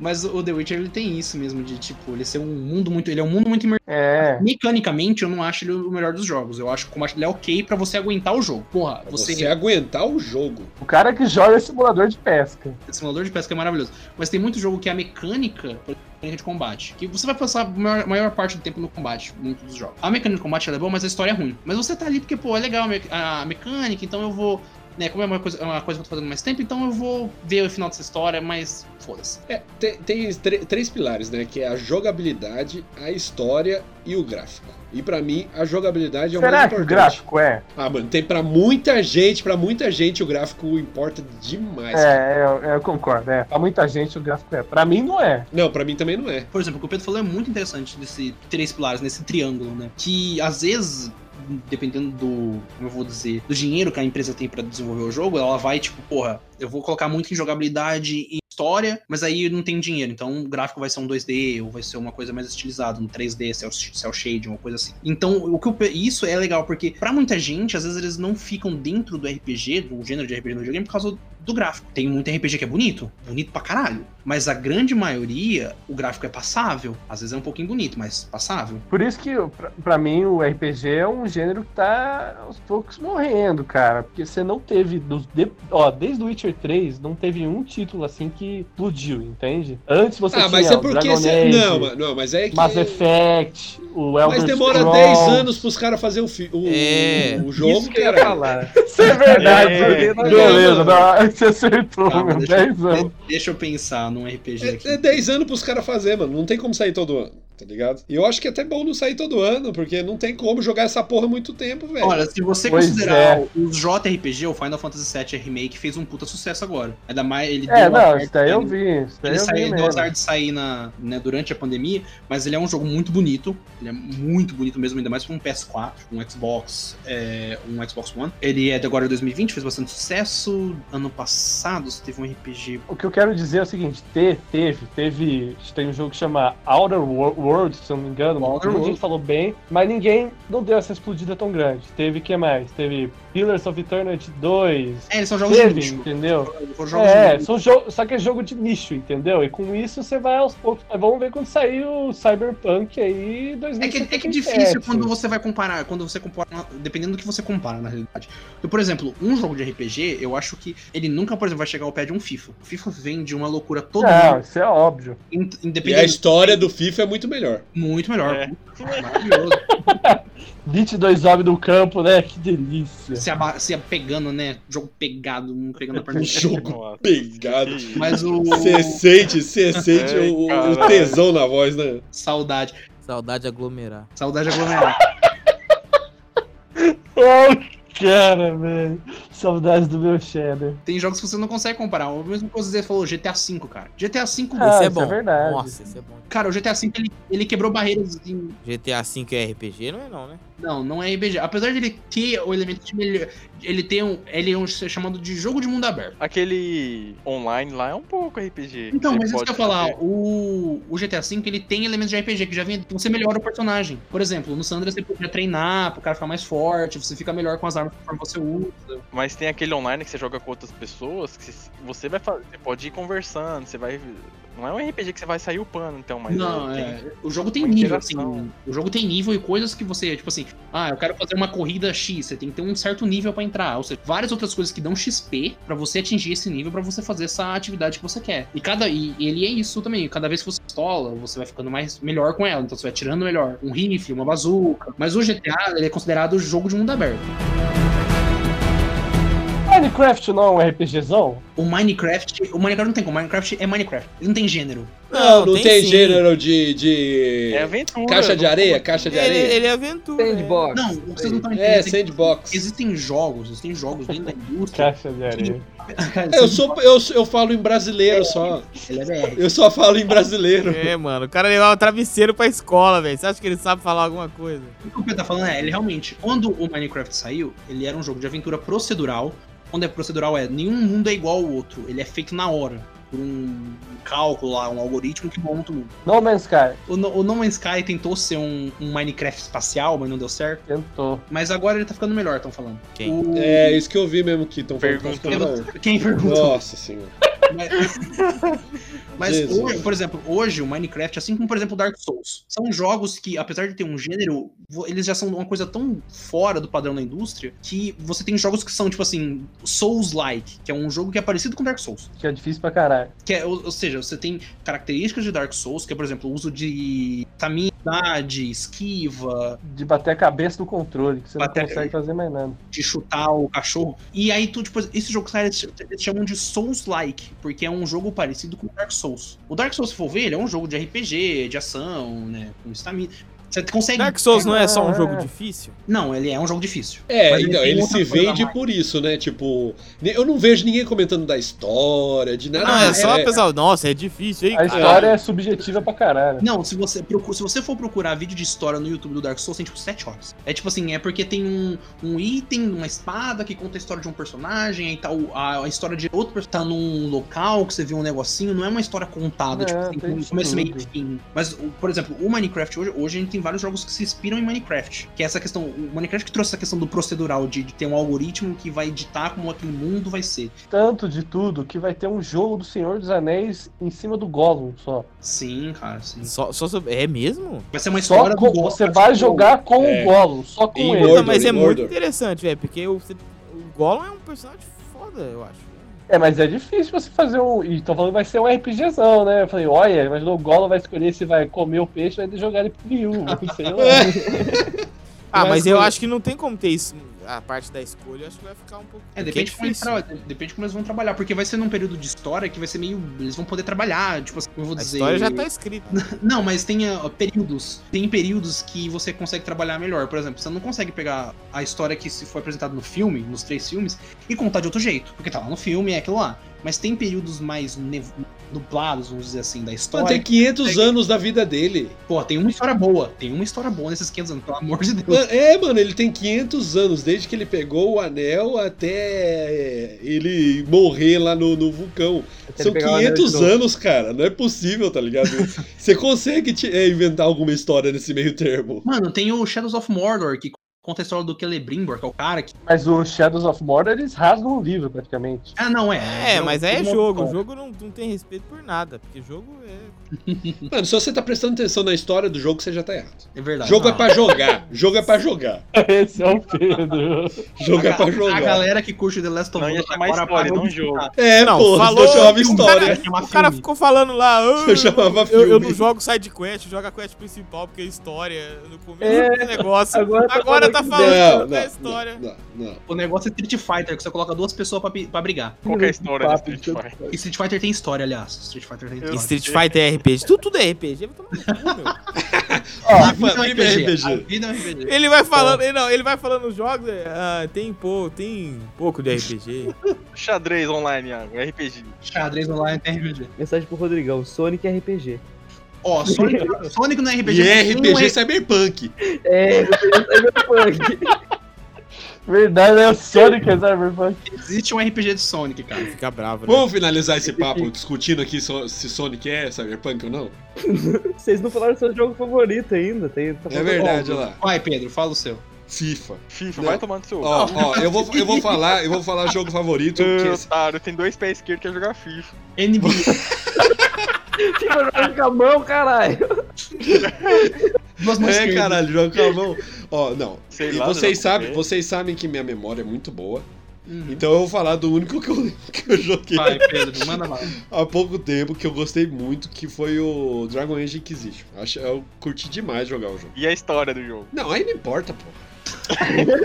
Speaker 7: Mas o The Witcher ele tem isso mesmo, de tipo, ele ser um mundo muito. Ele é um mundo muito imersivo.
Speaker 4: É.
Speaker 7: Mecanicamente, eu não acho ele o melhor dos jogos. Eu acho que o combate dele é ok pra você aguentar o jogo. Porra,
Speaker 2: Pra
Speaker 7: você.
Speaker 2: você aguentar o jogo.
Speaker 4: O cara que joga é simulador de pesca.
Speaker 7: Simulador de pesca é maravilhoso. Mas tem muito jogo que é a mecânica. por exemplo, mecânica de combate, que você vai passar a maior, maior parte do tempo no combate, muitos dos jogos. A mecânica de combate ela é boa, mas a história é ruim. Mas você tá ali porque, pô, é legal a me- a mecânica, então eu vou, né, como é uma coisa, é uma coisa que eu tô fazendo mais tempo, então eu vou ver o final dessa história, mas foda-se.
Speaker 2: É, tem, tem tre- três pilares, né? Que é a jogabilidade, a história e o gráfico. E pra mim, a jogabilidade é o mais
Speaker 4: Será que o
Speaker 2: importante.
Speaker 4: gráfico é?
Speaker 2: Ah, mano, tem pra muita gente, pra muita gente o gráfico importa demais. cara.
Speaker 4: É, eu, eu concordo. É. Pra muita gente o gráfico é. Pra mim não é.
Speaker 2: Não, pra mim também não é.
Speaker 7: Por exemplo, o que o Pedro falou é muito interessante desse três pilares, nesse triângulo, né? Que às vezes, dependendo do, como eu vou dizer, do dinheiro que a empresa tem pra desenvolver o jogo, ela vai tipo, porra, eu vou colocar muito em jogabilidade e história, mas aí não tem dinheiro, então o gráfico vai ser um 2D ou vai ser uma coisa mais estilizada, um 3D, cel, cel shade, uma coisa assim. Então, o que eu pe- isso é legal porque pra muita gente, às vezes eles não ficam dentro do RPG, do gênero de RPG no videogame por causa do gráfico. Tem muito RPG que é bonito, bonito pra caralho, mas a grande maioria, o gráfico é passável. Às vezes é um pouquinho bonito, mas passável.
Speaker 4: Por isso que, pra, pra mim, o RPG é um gênero que tá aos poucos morrendo, cara. Porque você não teve. Dos de- Ó, desde o Witcher 3, não teve um título assim que explodiu, entende? Antes você
Speaker 2: ah,
Speaker 4: tinha
Speaker 2: mas é porque.
Speaker 4: Dragon
Speaker 2: cê-
Speaker 4: Age,
Speaker 2: Não, mano, não, mas é que.
Speaker 4: Mass Effect, o Elder
Speaker 2: mas demora
Speaker 4: Scrolls.
Speaker 2: 10 anos pros caras fazerem o, fi- o,
Speaker 8: É,
Speaker 2: o jogo,
Speaker 3: Isso que eu ia
Speaker 2: cara.
Speaker 3: falar.
Speaker 4: Isso é verdade.
Speaker 6: É,
Speaker 4: Beleza, não, você acertou,
Speaker 7: Calma,
Speaker 4: meu.
Speaker 7: deixa eu-
Speaker 4: 10 anos.
Speaker 7: Deixa eu pensar num RPG aqui.
Speaker 2: É, é 10 anos pros caras fazer, mano. Não tem como sair todo ano, tá ligado? E eu acho que é até bom não sair todo ano, porque não tem como jogar essa porra muito tempo, velho.
Speaker 7: Olha, se você
Speaker 4: Pois
Speaker 7: considerar
Speaker 4: é.
Speaker 7: os JRPG, o Final Fantasy VII Remake fez um puta sucesso agora. Ainda mais ele
Speaker 4: É,
Speaker 7: deu
Speaker 4: não,
Speaker 7: azar
Speaker 4: isso daí eu
Speaker 7: de-
Speaker 4: vi. Isso daí
Speaker 7: Ele
Speaker 4: eu
Speaker 7: saiu,
Speaker 4: vi
Speaker 7: deu
Speaker 4: mesmo.
Speaker 7: azar de sair na, né, durante a pandemia, mas ele é um jogo muito bonito. Ele é muito bonito mesmo, ainda mais pra um PS4, um Xbox, é, um Xbox One. Ele é de agora de 2020, fez bastante sucesso. Ano passado teve um RPG.
Speaker 4: O que eu quero dizer é o seguinte, te, teve, teve, tem um jogo que chama Outer Wor- Worlds, se eu não me engano,
Speaker 7: Outer
Speaker 4: muita
Speaker 7: Worlds.
Speaker 4: gente falou bem, mas ninguém não deu essa explodida tão grande. Teve, que mais? Teve Pillars of Eternity 2,
Speaker 7: É, eles são jogos de
Speaker 4: teve,
Speaker 7: nicho.
Speaker 4: entendeu?
Speaker 7: Foram jogos de
Speaker 4: É,
Speaker 7: nicho.
Speaker 4: são jo só que é jogo de nicho, entendeu? E com isso você vai aos poucos, mas vamos ver quando sair o Cyberpunk aí
Speaker 7: É que,
Speaker 4: 2077.
Speaker 7: é que é difícil quando você vai comparar, quando você compara, dependendo do que você compara, na realidade. Eu, por exemplo, um jogo de RPG, eu acho que ele nunca, por exemplo, vai chegar ao pé de um FIFA. O FIFA vem de uma loucura todo
Speaker 4: Não,
Speaker 7: mundo,
Speaker 4: isso é óbvio.
Speaker 2: E
Speaker 7: in-
Speaker 2: a
Speaker 7: independente,
Speaker 2: história do FIFA é muito melhor.
Speaker 7: muito melhor.
Speaker 6: É.
Speaker 7: Maravilhoso.
Speaker 4: 22 homens no campo, né? Que delícia.
Speaker 7: se, aba- se pegando, né? Jogo pegado, um pegando a perna.
Speaker 2: Um jogo
Speaker 6: Nossa,
Speaker 2: pegado.
Speaker 6: que-
Speaker 7: Mas o.
Speaker 2: Você sente, você sente
Speaker 6: Ai,
Speaker 2: o, o
Speaker 6: caralho.
Speaker 2: tesão na voz, né?
Speaker 7: Saudade.
Speaker 8: Saudade de aglomerar.
Speaker 7: Saudade é aglomerada.
Speaker 4: Oh, cara, velho. Saudades do meu cheddar.
Speaker 7: Tem jogos que você não consegue comparar. O mesmo que você falou, GTA V, cara. GTA V.
Speaker 4: Ah,
Speaker 8: esse é
Speaker 4: isso
Speaker 8: bom.
Speaker 4: é verdade.
Speaker 8: Nossa, esse é bom.
Speaker 7: Cara, o GTA V ele, ele quebrou barreiras em
Speaker 8: GTA V é RPG? Não é não, né?
Speaker 7: Não, não é RPG. Apesar de ele ter o elemento de melhor, ele tem um, ele é um ser chamado de jogo de mundo aberto.
Speaker 6: Aquele online lá é um pouco RPG.
Speaker 7: Então,
Speaker 6: Você
Speaker 7: mas isso
Speaker 6: pode
Speaker 7: que eu ia falar,
Speaker 6: fazer.
Speaker 7: o, o GTA V ele tem elementos de RPG que já vem. Então você melhora o personagem. Por exemplo, no Sandra você podia treinar pro cara ficar mais forte, você fica melhor com as armas que você usa.
Speaker 6: Mas tem aquele online que você joga com outras pessoas que você vai fazer. Você pode ir conversando, você vai. Não é um RPG que você vai sair upando, então, mas.
Speaker 7: Não,
Speaker 6: tem-
Speaker 7: é, o jogo tem
Speaker 6: uma
Speaker 7: nível,
Speaker 6: interação.
Speaker 7: assim. O jogo tem nível e coisas que você, tipo assim, ah, eu quero fazer uma corrida X, você tem que ter um certo nível pra entrar, ou seja, várias outras coisas que dão XP pra você atingir esse nível pra você fazer essa atividade que você quer. E cada e ele é isso também, cada vez que você estola, você vai ficando mais melhor com ela, então você vai tirando melhor, um rifle, uma bazuca. Mas o GTA, ele é considerado jogo de mundo aberto.
Speaker 4: Minecraft não é um RPGzão?
Speaker 7: O Minecraft, o Minecraft não tem como, Minecraft é Minecraft, ele não tem gênero.
Speaker 2: Não, não tem,
Speaker 8: sim.
Speaker 2: gênero de. de...
Speaker 6: É aventura.
Speaker 2: Caixa de
Speaker 6: não-
Speaker 2: areia, caixa de
Speaker 8: Ele,
Speaker 2: areia.
Speaker 8: ele é aventura.
Speaker 3: Sandbox.
Speaker 7: Não, vocês não estão
Speaker 2: É,
Speaker 7: entendendo.
Speaker 2: sandbox.
Speaker 7: Existem jogos, existem jogos dentro da indústria.
Speaker 4: Caixa de areia.
Speaker 2: É,
Speaker 7: é,
Speaker 2: Eu sou eu, eu falo em brasileiro só.
Speaker 7: Ele é BR.
Speaker 2: Eu só falo em brasileiro.
Speaker 8: É, mano, o cara levava travesseiro pra escola, velho. Você acha que ele sabe falar alguma coisa?
Speaker 7: O que o Pedro tá falando é, ele realmente, quando o Minecraft saiu, ele era um jogo de aventura procedural. Quando é procedural é, nenhum mundo é igual ao outro, ele é feito na hora, por um cálculo lá, um algoritmo que monta o mundo.
Speaker 4: No Man's Sky,
Speaker 7: O No, o no Man's Sky tentou ser um, um Minecraft espacial, mas não deu certo.
Speaker 4: tentou.
Speaker 7: Mas agora ele tá ficando melhor, estão falando.
Speaker 8: Quem?
Speaker 7: O-
Speaker 2: É isso que eu vi mesmo que estão
Speaker 6: Pergunta.
Speaker 7: Quem perguntou?
Speaker 2: Nossa senhora.
Speaker 7: Mas, mas
Speaker 2: Jesus.
Speaker 7: hoje, por exemplo, hoje o Minecraft, assim como por exemplo o Dark Souls, são jogos que, apesar de ter um gênero, vo- eles já são uma coisa tão fora do padrão da indústria que você tem jogos que são tipo assim, Souls-like, que é um jogo que é parecido com Dark Souls.
Speaker 4: Que é difícil pra caralho.
Speaker 7: Que é, ou, ou seja, você tem características de Dark Souls, que é, por exemplo, o uso de caminhidade, esquiva,
Speaker 4: De bater a cabeça no controle, que você
Speaker 7: Bater a
Speaker 4: não consegue fazer mais nada.
Speaker 7: de chutar o cachorro. E aí tu, tipo, esse jogo sai, eles eles chamam de Souls-like, porque é um jogo parecido com Dark Souls. O Dark Souls, se for ver, ele é um jogo de RPG, de ação, né? Com estamina. Você consegue.
Speaker 8: Dark Souls não é só um
Speaker 4: Ah,
Speaker 8: jogo
Speaker 4: é.
Speaker 8: difícil?
Speaker 7: Não, ele é um jogo difícil.
Speaker 2: É,
Speaker 7: Mas ele
Speaker 2: então,
Speaker 7: tem
Speaker 2: ele
Speaker 7: outra
Speaker 2: se
Speaker 7: coisa a
Speaker 2: vende
Speaker 7: mais.
Speaker 2: por isso, né? Tipo, ne- eu não vejo ninguém comentando da história, de nada.
Speaker 8: Não, é só
Speaker 2: é,
Speaker 8: pessoal. Nossa, é difícil, hein?
Speaker 4: A
Speaker 8: cara?
Speaker 4: história é subjetiva pra caralho.
Speaker 7: Não, se você, procura, se você for procurar vídeo de história no YouTube do Dark Souls, tem tipo 7 horas. É tipo assim, é porque tem um, um item, uma espada que conta a história de um personagem, aí tá o- a, a história de outro personagem tá num local que você vê um negocinho, não é uma história contada,
Speaker 4: É,
Speaker 7: tipo, assim,
Speaker 4: tem
Speaker 7: com
Speaker 4: isso
Speaker 7: começo, meio e
Speaker 4: tudo.
Speaker 7: fim. Mas, o- por exemplo, o Minecraft hoje, hoje a gente tem vários jogos que se inspiram em Minecraft. Que é essa questão. O Minecraft que trouxe essa questão do procedural, de, de ter um algoritmo que vai ditar como aquele mundo vai ser.
Speaker 4: Tanto de tudo que vai ter um jogo do Senhor dos Anéis em cima do Gollum só.
Speaker 7: Sim, cara, sim.
Speaker 8: Só, só sobre... É mesmo?
Speaker 7: Vai ser uma
Speaker 4: Só
Speaker 7: história
Speaker 4: com,
Speaker 7: Gollum, tipo,
Speaker 4: você
Speaker 7: cara,
Speaker 4: vai
Speaker 7: do
Speaker 4: jogar com
Speaker 2: É.
Speaker 4: o Gollum, só com
Speaker 2: Em
Speaker 4: ele.
Speaker 2: Mordor,
Speaker 8: Puta, mas é
Speaker 2: Mordor.
Speaker 8: muito interessante, velho. Porque o, você- o Gollum é um personagem foda, eu acho.
Speaker 4: É, mas é difícil você fazer um. E tô falando que vai ser um RPGzão, né? Eu falei, olha, imaginou o Gollum vai escolher se vai comer o peixe ou vai jogar ele pro rio. Sei lá.
Speaker 8: Ah, mas
Speaker 4: Vai
Speaker 8: eu
Speaker 4: escolher.
Speaker 8: acho que não tem como ter isso. A parte da escolha, eu acho que vai ficar um pouco.
Speaker 7: É,
Speaker 8: porque
Speaker 7: depende, como eles
Speaker 8: difícil.
Speaker 7: tra- depende como eles vão trabalhar, porque vai ser num período de história que vai ser meio. Eles vão poder trabalhar, tipo assim, como eu vou
Speaker 8: A
Speaker 7: dizer.
Speaker 8: história já tá escrita.
Speaker 7: Não, mas tem ah, períodos. Tem períodos que você consegue trabalhar melhor. Por exemplo, você não consegue pegar a história que se foi apresentada no filme, nos três filmes, e contar de outro jeito. Porque tá lá no filme, é aquilo lá. Mas tem períodos mais nev... dublados, vamos dizer assim, da
Speaker 2: Mano,
Speaker 7: história. É,
Speaker 2: tem 500 anos da vida dele.
Speaker 7: Pô, tem uma história boa. Tem uma história boa nesses 500 anos, pelo amor de Deus.
Speaker 2: Mano, é, mano, ele tem 500 anos, desde que ele pegou o anel até é, ele morrer lá no, no vulcão.
Speaker 3: Até
Speaker 2: São
Speaker 3: ele pegar o anel de
Speaker 2: 500
Speaker 3: novo.
Speaker 2: anos, cara, não é possível, tá ligado? Você consegue te- é, inventar alguma história nesse meio termo.
Speaker 7: Mano, tem o Shadows of Mordor, que conta a história do Celebrimbor, que é o cara que.
Speaker 4: mas o Shadows of Mordor, eles rasgam o livro praticamente.
Speaker 7: Ah, não, é.
Speaker 8: É,
Speaker 7: Não,
Speaker 8: mas aí é
Speaker 7: tem uma-
Speaker 8: jogo. O jogo não, não tem respeito por nada. Porque jogo é.
Speaker 2: Mano, se você tá prestando atenção na história do jogo, você já tá errado.
Speaker 7: É verdade.
Speaker 2: Jogo é
Speaker 7: Ah.
Speaker 2: pra jogar, jogo é pra jogar,
Speaker 4: Esse é o Pedro.
Speaker 2: jogo é
Speaker 7: A ga-
Speaker 2: pra
Speaker 7: A
Speaker 2: jogar.
Speaker 7: galera que curte The Last of
Speaker 6: Não,
Speaker 7: Us
Speaker 6: ia chamar
Speaker 7: agora
Speaker 6: história,
Speaker 7: parou
Speaker 6: não
Speaker 7: de
Speaker 6: jogo.
Speaker 7: escutar.
Speaker 2: É,
Speaker 8: Não,
Speaker 2: pô,
Speaker 8: falou,
Speaker 2: eu chamava
Speaker 8: e o
Speaker 2: história.
Speaker 7: Ia chamar
Speaker 8: O cara
Speaker 7: filme.
Speaker 8: ficou falando lá. "Ah,
Speaker 2: Eu chamava
Speaker 8: Eu, eu não
Speaker 2: filme.
Speaker 8: jogo side quest, eu jogo a quest principal, porque é história no começo
Speaker 4: É,
Speaker 8: do negócio. Agora,
Speaker 4: agora tá
Speaker 8: tá
Speaker 4: falando
Speaker 8: falando
Speaker 2: é Não,
Speaker 8: da
Speaker 2: não,
Speaker 8: história.
Speaker 2: não, não.
Speaker 7: O negócio é Street Fighter, que você coloca duas pessoas pra, pi- pra brigar.
Speaker 6: Qual que é a história do
Speaker 4: Papo de
Speaker 6: Street Fighter?
Speaker 7: E Street Fighter tem história, aliás. Street Fighter tem
Speaker 6: Eu-
Speaker 7: história.
Speaker 8: Street Fighter é RPG. Tudo, tudo é RPG. Vai tomar no cu, meu.
Speaker 7: A
Speaker 2: FIFA,
Speaker 7: vida é um
Speaker 2: FIFA é
Speaker 7: RPG.
Speaker 2: RPG.
Speaker 7: A vida é um RPG.
Speaker 8: Ele vai falando, ele, não, ele vai falando os jogos. é, ah, tem, pou- tem pouco de RPG.
Speaker 6: Xadrez online, Iago, RPG.
Speaker 7: Xadrez online tem RPG.
Speaker 3: Mensagem pro Rodrigão, Sonic RPG.
Speaker 7: Ó, Sonic, Sonic não é RPG.
Speaker 2: E é
Speaker 7: mas não
Speaker 2: RPG Cyberpunk.
Speaker 3: É, Cyberpunk.
Speaker 4: Verdade, é o Sonic é Cyberpunk.
Speaker 7: Existe um RPG de Sonic, cara.
Speaker 8: Fica bravo, né?
Speaker 2: Vamos finalizar esse papo discutindo aqui so- se Sonic é Cyberpunk ou
Speaker 8: Tá
Speaker 2: não?
Speaker 3: Vocês não falaram do seu jogo favorito ainda. Tem, tá
Speaker 2: É
Speaker 3: faltando
Speaker 2: verdade,
Speaker 3: algo.
Speaker 2: olha lá.
Speaker 7: Vai, Pedro, fala o seu.
Speaker 2: FIFA.
Speaker 8: Tá
Speaker 6: FIFA,
Speaker 2: Não.
Speaker 6: vai tomando seu.
Speaker 2: Né? Ó, ó, eu vou, eu vou falar, eu vou falar
Speaker 8: É.
Speaker 2: jogo favorito. é,
Speaker 6: Ô,
Speaker 2: que-
Speaker 6: otário, tem dois pés esquerdos que é jogar FIFA.
Speaker 7: NBA.
Speaker 3: Tipo, joga com a mão, caralho.
Speaker 7: Duas mãos
Speaker 2: É,
Speaker 7: esquerdas.
Speaker 2: caralho, joga com a mão. Ó, não.
Speaker 6: Sei
Speaker 2: E
Speaker 6: lá,
Speaker 2: vocês
Speaker 6: não
Speaker 2: sabem,
Speaker 6: sei.
Speaker 2: vocês sabem que minha memória é muito boa.
Speaker 8: Hum.
Speaker 7: Uhum.
Speaker 2: Então eu vou falar do único que eu, que eu joguei
Speaker 7: Vai, Pedro, manda lá.
Speaker 2: há pouco tempo que eu gostei muito, que foi o Dragon Age Inquisition. Acho, eu curti demais jogar o jogo.
Speaker 6: E a história do jogo?
Speaker 2: Não, aí não importa, pô.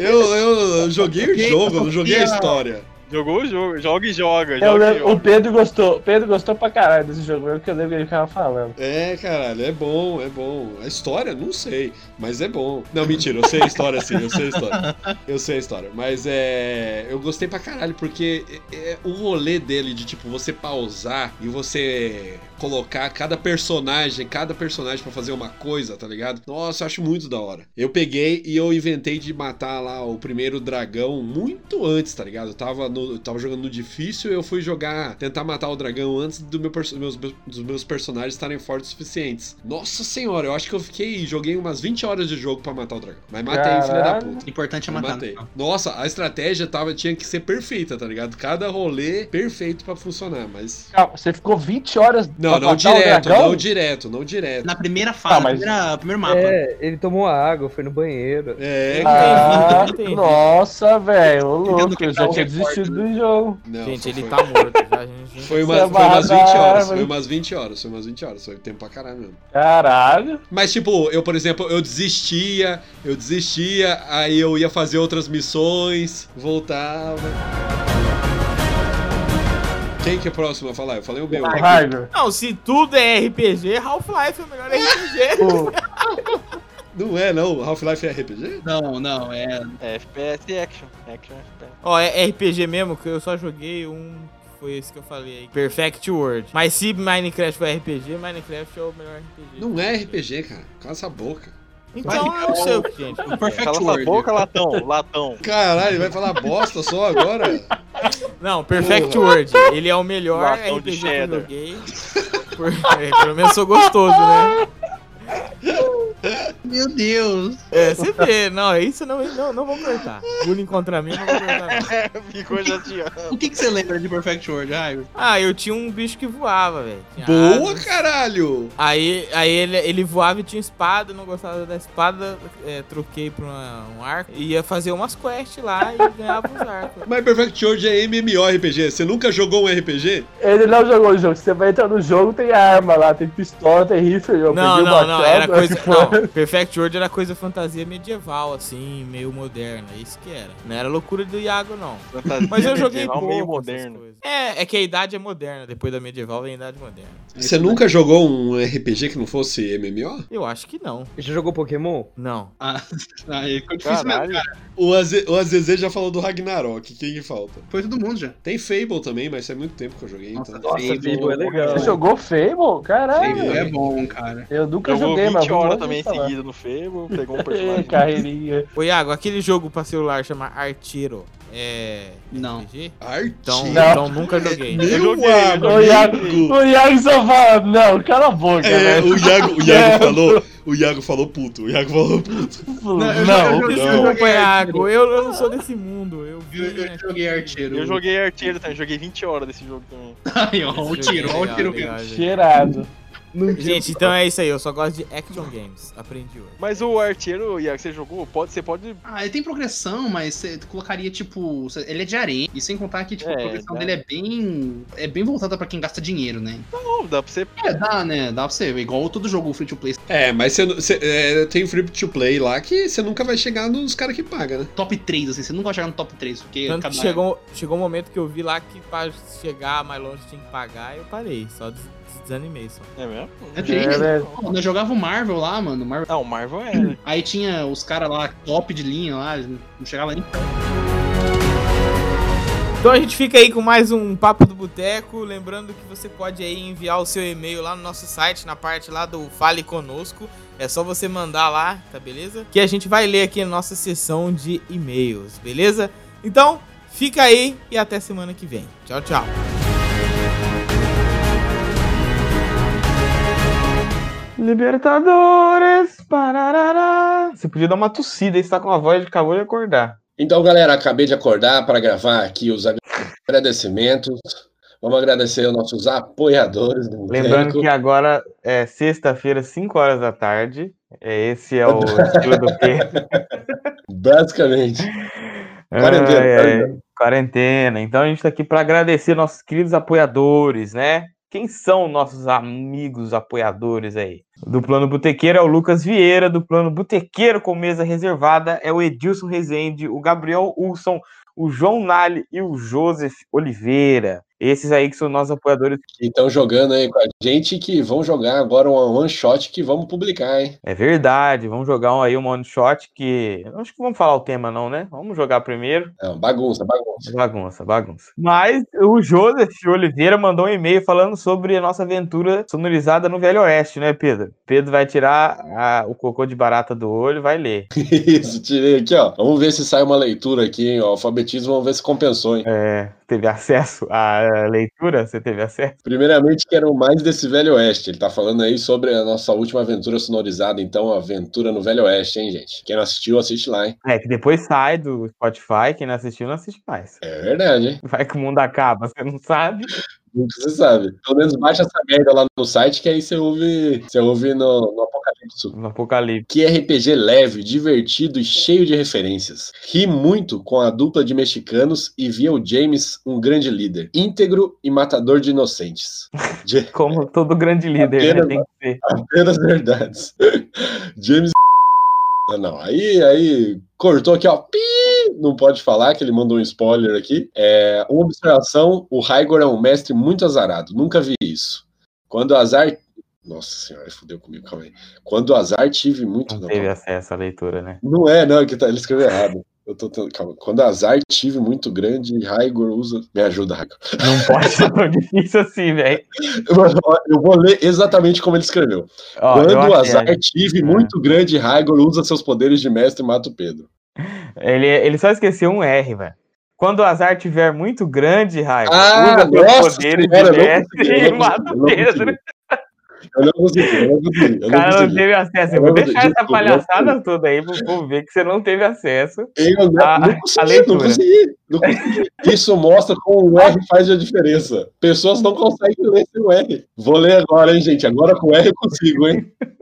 Speaker 2: Eu, eu joguei o jogo, eu não joguei a história.
Speaker 6: Jogou o jogo, joga e joga,
Speaker 4: Eu
Speaker 6: joga e
Speaker 4: lembro-
Speaker 6: joga.
Speaker 4: É, o Pedro gostou. O Pedro gostou pra caralho desse jogo. Eu que eu lembro que ele ficava falando.
Speaker 2: É, caralho, é bom, é bom. A história, não sei, mas é bom. Não, mentira, eu sei a história sim, eu sei a história. Eu sei a história, mas é. Eu gostei pra caralho, porque é- é o rolê dele de, tipo, você pausar e você colocar cada personagem, cada personagem pra fazer uma coisa, tá ligado? Nossa, eu acho muito da hora. Eu peguei e eu inventei de matar lá o primeiro dragão muito antes, tá ligado? Eu tava, no, eu tava jogando no difícil e eu fui jogar, tentar matar o dragão antes do meu perso- meus- dos meus personagens estarem fortes o suficientes. Nossa senhora, eu acho que eu fiquei, joguei umas 20 horas de jogo pra matar o dragão. Mas matei, filha da
Speaker 4: Caralho.
Speaker 2: puta.
Speaker 7: O importante é
Speaker 2: Eu
Speaker 7: matar.
Speaker 2: matei.
Speaker 7: não.
Speaker 2: Nossa, a estratégia tava, tinha que ser perfeita, tá ligado? Cada rolê perfeito pra funcionar, mas.
Speaker 4: Calma, você ficou 20 horas
Speaker 2: Não,
Speaker 4: pra
Speaker 2: não
Speaker 4: matar o
Speaker 2: direto,
Speaker 4: dragão?
Speaker 2: não direto, não direto.
Speaker 7: Na primeira fase,
Speaker 6: Tá,
Speaker 4: Ah, mas-
Speaker 7: na primeira- primeiro mapa.
Speaker 3: É, ele tomou água, foi no banheiro.
Speaker 2: É, cara.
Speaker 4: Ah,
Speaker 8: Entendi.
Speaker 4: nossa, velho, ô louco,
Speaker 7: que
Speaker 4: eu
Speaker 7: tá
Speaker 4: já
Speaker 7: o
Speaker 4: tinha
Speaker 7: repórter,
Speaker 4: desistido do jogo.
Speaker 2: Não,
Speaker 8: Gente,
Speaker 2: foi-
Speaker 8: ele
Speaker 2: foi-
Speaker 8: tá morto já, gente.
Speaker 2: Foi, uma-
Speaker 4: Você
Speaker 2: foi umas 20
Speaker 4: amarrava.
Speaker 2: horas, foi umas 20 horas, foi umas 20 horas, foi tempo pra caralho mesmo.
Speaker 4: Caralho.
Speaker 2: Mas, tipo, eu, por exemplo, eu desistia, eu desistia, aí eu ia fazer outras missões, voltava. Quem que é próximo a falar? Eu falei o meu. né?
Speaker 4: O Raider.
Speaker 8: Não, se tudo é RPG, Half-Life é o melhor RPG.
Speaker 4: O-
Speaker 2: Não é, não. Half-Life é RPG?
Speaker 7: Não, não, é.
Speaker 6: É FPS e action. Action, FPS.
Speaker 8: Ó, é RPG mesmo, que eu só joguei um. que Foi esse que eu falei aí. Perfect World. Mas se Minecraft for RPG, Minecraft é o melhor RPG.
Speaker 2: Não é RPG, cara. Cala essa boca.
Speaker 8: Então eu não sei o que, gente.
Speaker 7: O Perfect
Speaker 6: Cala
Speaker 7: World.
Speaker 6: essa boca, latão, latão.
Speaker 2: Caralho, vai falar bosta só agora?
Speaker 8: Não, Perfect
Speaker 2: Porra.
Speaker 8: World. Ele é o melhor
Speaker 6: Latão de
Speaker 8: RPG que eu
Speaker 6: cheddar.
Speaker 8: joguei. Por- é, pelo menos sou gostoso, né?
Speaker 7: Meu Deus.
Speaker 8: É, você vê. Não, isso não, não, não vou cortar. Bullying contra mim, não vou cortar. Não.
Speaker 6: É, Ficou assim, chateado.
Speaker 7: O que, que você lembra de Perfect World, Raider?
Speaker 8: Ah, eu tinha um bicho que voava, velho. Tinha
Speaker 2: Boa,
Speaker 8: asas.
Speaker 2: caralho!
Speaker 8: Aí, aí ele, ele voava e tinha espada, eu não gostava da espada, é, troquei pra uma- um arco. E ia fazer umas quests lá e ganhava uns arcos.
Speaker 2: Mas Perfect World é MMORPG. Você nunca jogou um RPG?
Speaker 4: Ele não jogou o jogo. Você vai entrar no jogo, tem arma lá, tem pistola, tem rifle. Eu
Speaker 8: Não,
Speaker 4: peguei o
Speaker 8: não, não,
Speaker 4: machado,
Speaker 8: era coisa.
Speaker 4: tipo,
Speaker 8: Não, Perfect World era coisa fantasia medieval, assim, meio moderna, isso que era. Não era loucura do Iago, não.
Speaker 6: Fantasia
Speaker 8: Mas eu joguei
Speaker 6: medieval,
Speaker 8: pouco
Speaker 6: meio
Speaker 8: essas
Speaker 6: moderno.
Speaker 8: coisas. É, é que a idade é moderna, depois da medieval vem a idade moderna.
Speaker 2: Você nunca jogou um RPG que não fosse MMO?
Speaker 8: Eu acho que não.
Speaker 3: Já jogou Pokémon?
Speaker 8: Não.
Speaker 7: Ah, aí ficou difícil mesmo.
Speaker 6: Caralho.
Speaker 2: O, Aze o Azeze já falou do Ragnarok. Quem que falta?
Speaker 7: Foi todo mundo já.
Speaker 2: Tem Fable também, mas faz muito tempo que eu joguei,
Speaker 7: Nossa,
Speaker 2: então.
Speaker 7: Fable.
Speaker 3: Fable é legal.
Speaker 4: Você jogou Fable? Caralho.
Speaker 7: Fable é bom, cara.
Speaker 4: Eu nunca
Speaker 6: Jogou
Speaker 4: joguei, mas.
Speaker 6: 20
Speaker 4: vou
Speaker 6: horas
Speaker 4: ouvir
Speaker 6: também em
Speaker 4: falar.
Speaker 6: seguida no Fable, pegou um
Speaker 4: Ê,
Speaker 6: personagem.
Speaker 4: Carreirinha.
Speaker 8: Ô, Iago, aquele jogo pra celular chama Artiro é.
Speaker 7: Não.
Speaker 8: RPG? Então,
Speaker 2: Artinho.
Speaker 4: Não.
Speaker 8: então nunca joguei.
Speaker 2: Meu
Speaker 6: Eu joguei, eu
Speaker 2: amigo.
Speaker 4: O Iago, o Iago só fala, não, cala a boca,
Speaker 2: É,
Speaker 4: velho.
Speaker 2: o Iago, o
Speaker 4: É.
Speaker 2: Iago falou, o Iago falou puto, o Iago falou puto.
Speaker 7: eu
Speaker 4: Tipo, Não,
Speaker 7: joguei-
Speaker 2: não.
Speaker 7: joguei
Speaker 8: Desculpa, Iago,
Speaker 7: arteiro.
Speaker 8: eu, eu não sou desse mundo. Eu, vi,
Speaker 7: Eu, eu joguei arteiro.
Speaker 6: Eu joguei artilheiro também, joguei 20 horas desse jogo também.
Speaker 7: Ai, ó, o Um tiro, ó, o
Speaker 8: Legal,
Speaker 7: tiro.
Speaker 8: legal, gente.
Speaker 4: cheirado.
Speaker 8: Gente, então é isso aí. Eu só gosto de action games. Aprendi hoje.
Speaker 6: Mas o artilheiro, Iago, você jogou? Pode, você pode.
Speaker 7: Ah, ele tem progressão, mas você colocaria, tipo. cê- Ele é de arém. E sem contar que, tipo, a
Speaker 6: É,
Speaker 7: progressão
Speaker 6: dá.
Speaker 7: dele é bem. É bem voltada pra quem gasta dinheiro, né?
Speaker 6: Não, dá pra você.
Speaker 7: É, dá, né? Dá pra você. Igual todo jogo free to play.
Speaker 2: É, mas você, não- você- é, tem free to play lá que você nunca vai chegar nos caras que pagam, né?
Speaker 7: Top 3, assim. Você nunca vai chegar no top 3, porque.
Speaker 8: Tanto que
Speaker 7: cada-
Speaker 8: chegou, chegou um momento que eu vi lá que pra chegar mais longe tinha que pagar. Eu parei. Só des- desanimei. Só.
Speaker 6: É né? mesmo?
Speaker 7: É
Speaker 4: É,
Speaker 7: triste.
Speaker 4: velho.
Speaker 7: Pô, Nós jogava o Marvel lá, mano. Marvel
Speaker 6: Ah, o Marvel é. né?
Speaker 7: Aí tinha os caras lá, top de linha lá, não chegava nem.
Speaker 8: Então a gente fica aí com mais um Papo do Boteco. Lembrando que você pode aí enviar o seu e-mail lá no nosso site, na parte lá do Fale Conosco. É só você mandar lá, tá beleza? Que a gente vai ler aqui na nossa sessão de e-mails, beleza? Então, fica aí e até semana que vem. Tchau, tchau.
Speaker 4: Libertadores, pararará. Você podia dar uma tossida aí, você tá com a voz de acabou de acordar.
Speaker 2: Então, galera, acabei de acordar para gravar aqui os agradecimentos. Vamos agradecer aos nossos apoiadores do
Speaker 8: Lembrando
Speaker 2: Boteco.
Speaker 8: que agora é sexta-feira, 5 horas da tarde. É, esse é o estilo do quê?
Speaker 2: Basicamente. Quarentena,
Speaker 8: Ai, ai,
Speaker 2: quarentena.
Speaker 8: quarentena. Então a gente tá aqui para agradecer nossos queridos apoiadores, né? Quem são nossos amigos apoiadores aí? Do Plano Botequeiro é o Lucas Vieira, do Plano Botequeiro com mesa reservada é o Edilson Rezende, o Gabriel Wilson, o João Nali e o Joseph Oliveira. Esses aí que são nossos apoiadores.
Speaker 2: que estão jogando aí com a gente que vão jogar agora um one shot que vamos publicar, hein?
Speaker 8: É verdade, vamos jogar um- aí um one shot que. eu Acho que vamos falar o tema, não, né? Vamos jogar primeiro.
Speaker 2: Não, É bagunça, bagunça.
Speaker 8: Bagunça, bagunça. Mas o Joseph Oliveira mandou um e-mail falando sobre a nossa aventura sonorizada no Velho Oeste, né, Pedro? Pedro vai tirar a- o cocô de barata do olho e vai ler.
Speaker 2: Isso, tirei aqui, ó. Vamos ver se sai uma leitura aqui, hein? O alfabetismo, vamos ver se compensou, hein?
Speaker 8: É, teve acesso à é, leitura? Você teve acesso?
Speaker 2: Primeiramente, quero mais desse Velho Oeste. Ele tá falando aí sobre a nossa última aventura sonorizada, então, a aventura no Velho Oeste, hein, gente? Quem não assistiu, assiste lá, hein?
Speaker 8: É, que depois sai do Spotify, quem não assistiu não assiste mais.
Speaker 2: É verdade, hein?
Speaker 8: Vai que o mundo acaba, você não sabe.
Speaker 2: Nunca se sabe. Pelo menos baixa essa merda lá no site, que aí você ouve, você ouve no, no Apocalipse.
Speaker 8: No Apocalipse.
Speaker 2: Que RPG leve, divertido e cheio de referências. Ri muito com a dupla de mexicanos e via o James um grande líder, íntegro e matador de inocentes. De
Speaker 8: Como todo grande líder, né?
Speaker 2: Apenas-
Speaker 8: Tem que ser.
Speaker 2: apenas verdades. James. Ah, não. Aí, aí, cortou aqui, ó. Pi! Não pode falar, que ele mandou um spoiler aqui. É, uma observação: o Raigor é um mestre muito azarado. Nunca vi isso. Quando o azar. Nossa senhora, fudeu comigo, calma aí. Quando o azar tive muito.
Speaker 8: Não
Speaker 2: não,
Speaker 8: teve é.
Speaker 2: calma.
Speaker 8: acesso à leitura, né?
Speaker 2: Não é, não, é que tá, ele escreveu errado. Eu tô tentando- calma. Quando azar tive muito grande, Raigor usa. Me ajuda, Raigor.
Speaker 8: Não pode ser tão difícil assim, velho.
Speaker 2: Eu vou ler exatamente como ele escreveu.
Speaker 8: Ó, eu
Speaker 2: Quando o
Speaker 8: achei,
Speaker 2: azar tive muito grande, Raigor usa seus poderes de mestre e mata o Pedro.
Speaker 8: Ele, ele só esqueceu um R, velho. Quando o azar tiver muito grande, Raio,
Speaker 2: Ah,
Speaker 8: usa seus
Speaker 2: nossa
Speaker 8: poderes
Speaker 2: senhora, eu
Speaker 8: de
Speaker 2: não
Speaker 8: mestre
Speaker 2: consegui, eu
Speaker 8: e
Speaker 2: não
Speaker 8: mata o
Speaker 2: consegui, eu não
Speaker 8: Pedro.
Speaker 2: consegui. Eu não consegui, eu não consegui. Eu
Speaker 8: O
Speaker 2: não
Speaker 8: cara não
Speaker 2: consegui.
Speaker 8: teve acesso. Eu
Speaker 2: Eu
Speaker 8: vou
Speaker 2: não
Speaker 8: deixar
Speaker 2: consegui,
Speaker 8: essa
Speaker 2: desculpa, eu não
Speaker 8: palhaçada toda aí pro povo ver que você não teve acesso.
Speaker 2: Eu não,
Speaker 8: A-
Speaker 2: não
Speaker 8: a
Speaker 2: consegui, não
Speaker 8: leitura.
Speaker 2: consegui, não consegui. Isso mostra como o R faz a diferença. Pessoas não conseguem ler sem o R. Vou ler agora, hein, gente? Agora com o R eu consigo, hein?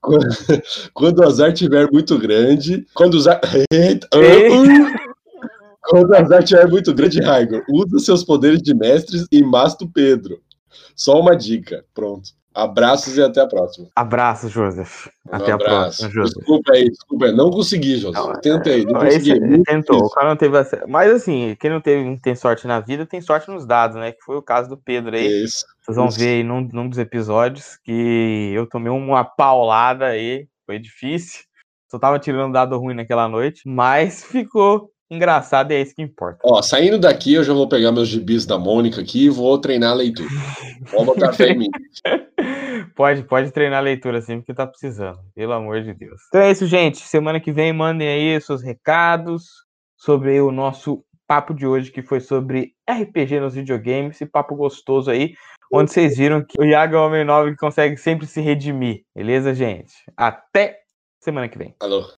Speaker 2: Quando, quando o azar tiver muito grande. Quando o azar. Eita, ah,
Speaker 8: Eita.
Speaker 2: quando o azar tiver muito grande, Raigor, usa seus poderes de mestres e masta o Pedro. Só uma dica. Pronto. Abraços e até a próxima.
Speaker 8: Abraço, Joseph.
Speaker 2: Um
Speaker 8: Até a
Speaker 2: abraço.
Speaker 8: próxima, Joseph.
Speaker 2: Desculpa aí, desculpa aí. Não consegui, José.
Speaker 8: Não, é-
Speaker 2: Tentei, não
Speaker 8: Não, esse- é-
Speaker 2: consegui.
Speaker 8: ele tentou, o cara não teve acesso. Mas assim, quem não, teve, não tem sorte na vida, tem sorte nos dados, né? Que foi o caso do Pedro aí.
Speaker 2: É isso.
Speaker 8: Vocês vão
Speaker 2: Isso.
Speaker 8: ver aí num, num dos episódios que eu tomei uma paulada aí, foi difícil. Só tava tirando dado ruim naquela noite, mas ficou engraçado e é isso que importa.
Speaker 2: Ó, saindo daqui, eu já vou pegar meus gibis da Mônica aqui e vou treinar a leitura. Pode botar fé em mim.
Speaker 8: Pode, pode treinar a leitura assim, porque tá precisando, pelo amor de Deus. Então é isso, gente. Semana que vem mandem aí seus recados sobre o nosso papo de hoje, que foi sobre RPG nos videogames, esse papo gostoso aí, onde vocês viram que o Iago é um homem nobre que consegue sempre se redimir. Beleza, gente? Até semana que vem.
Speaker 2: Alô.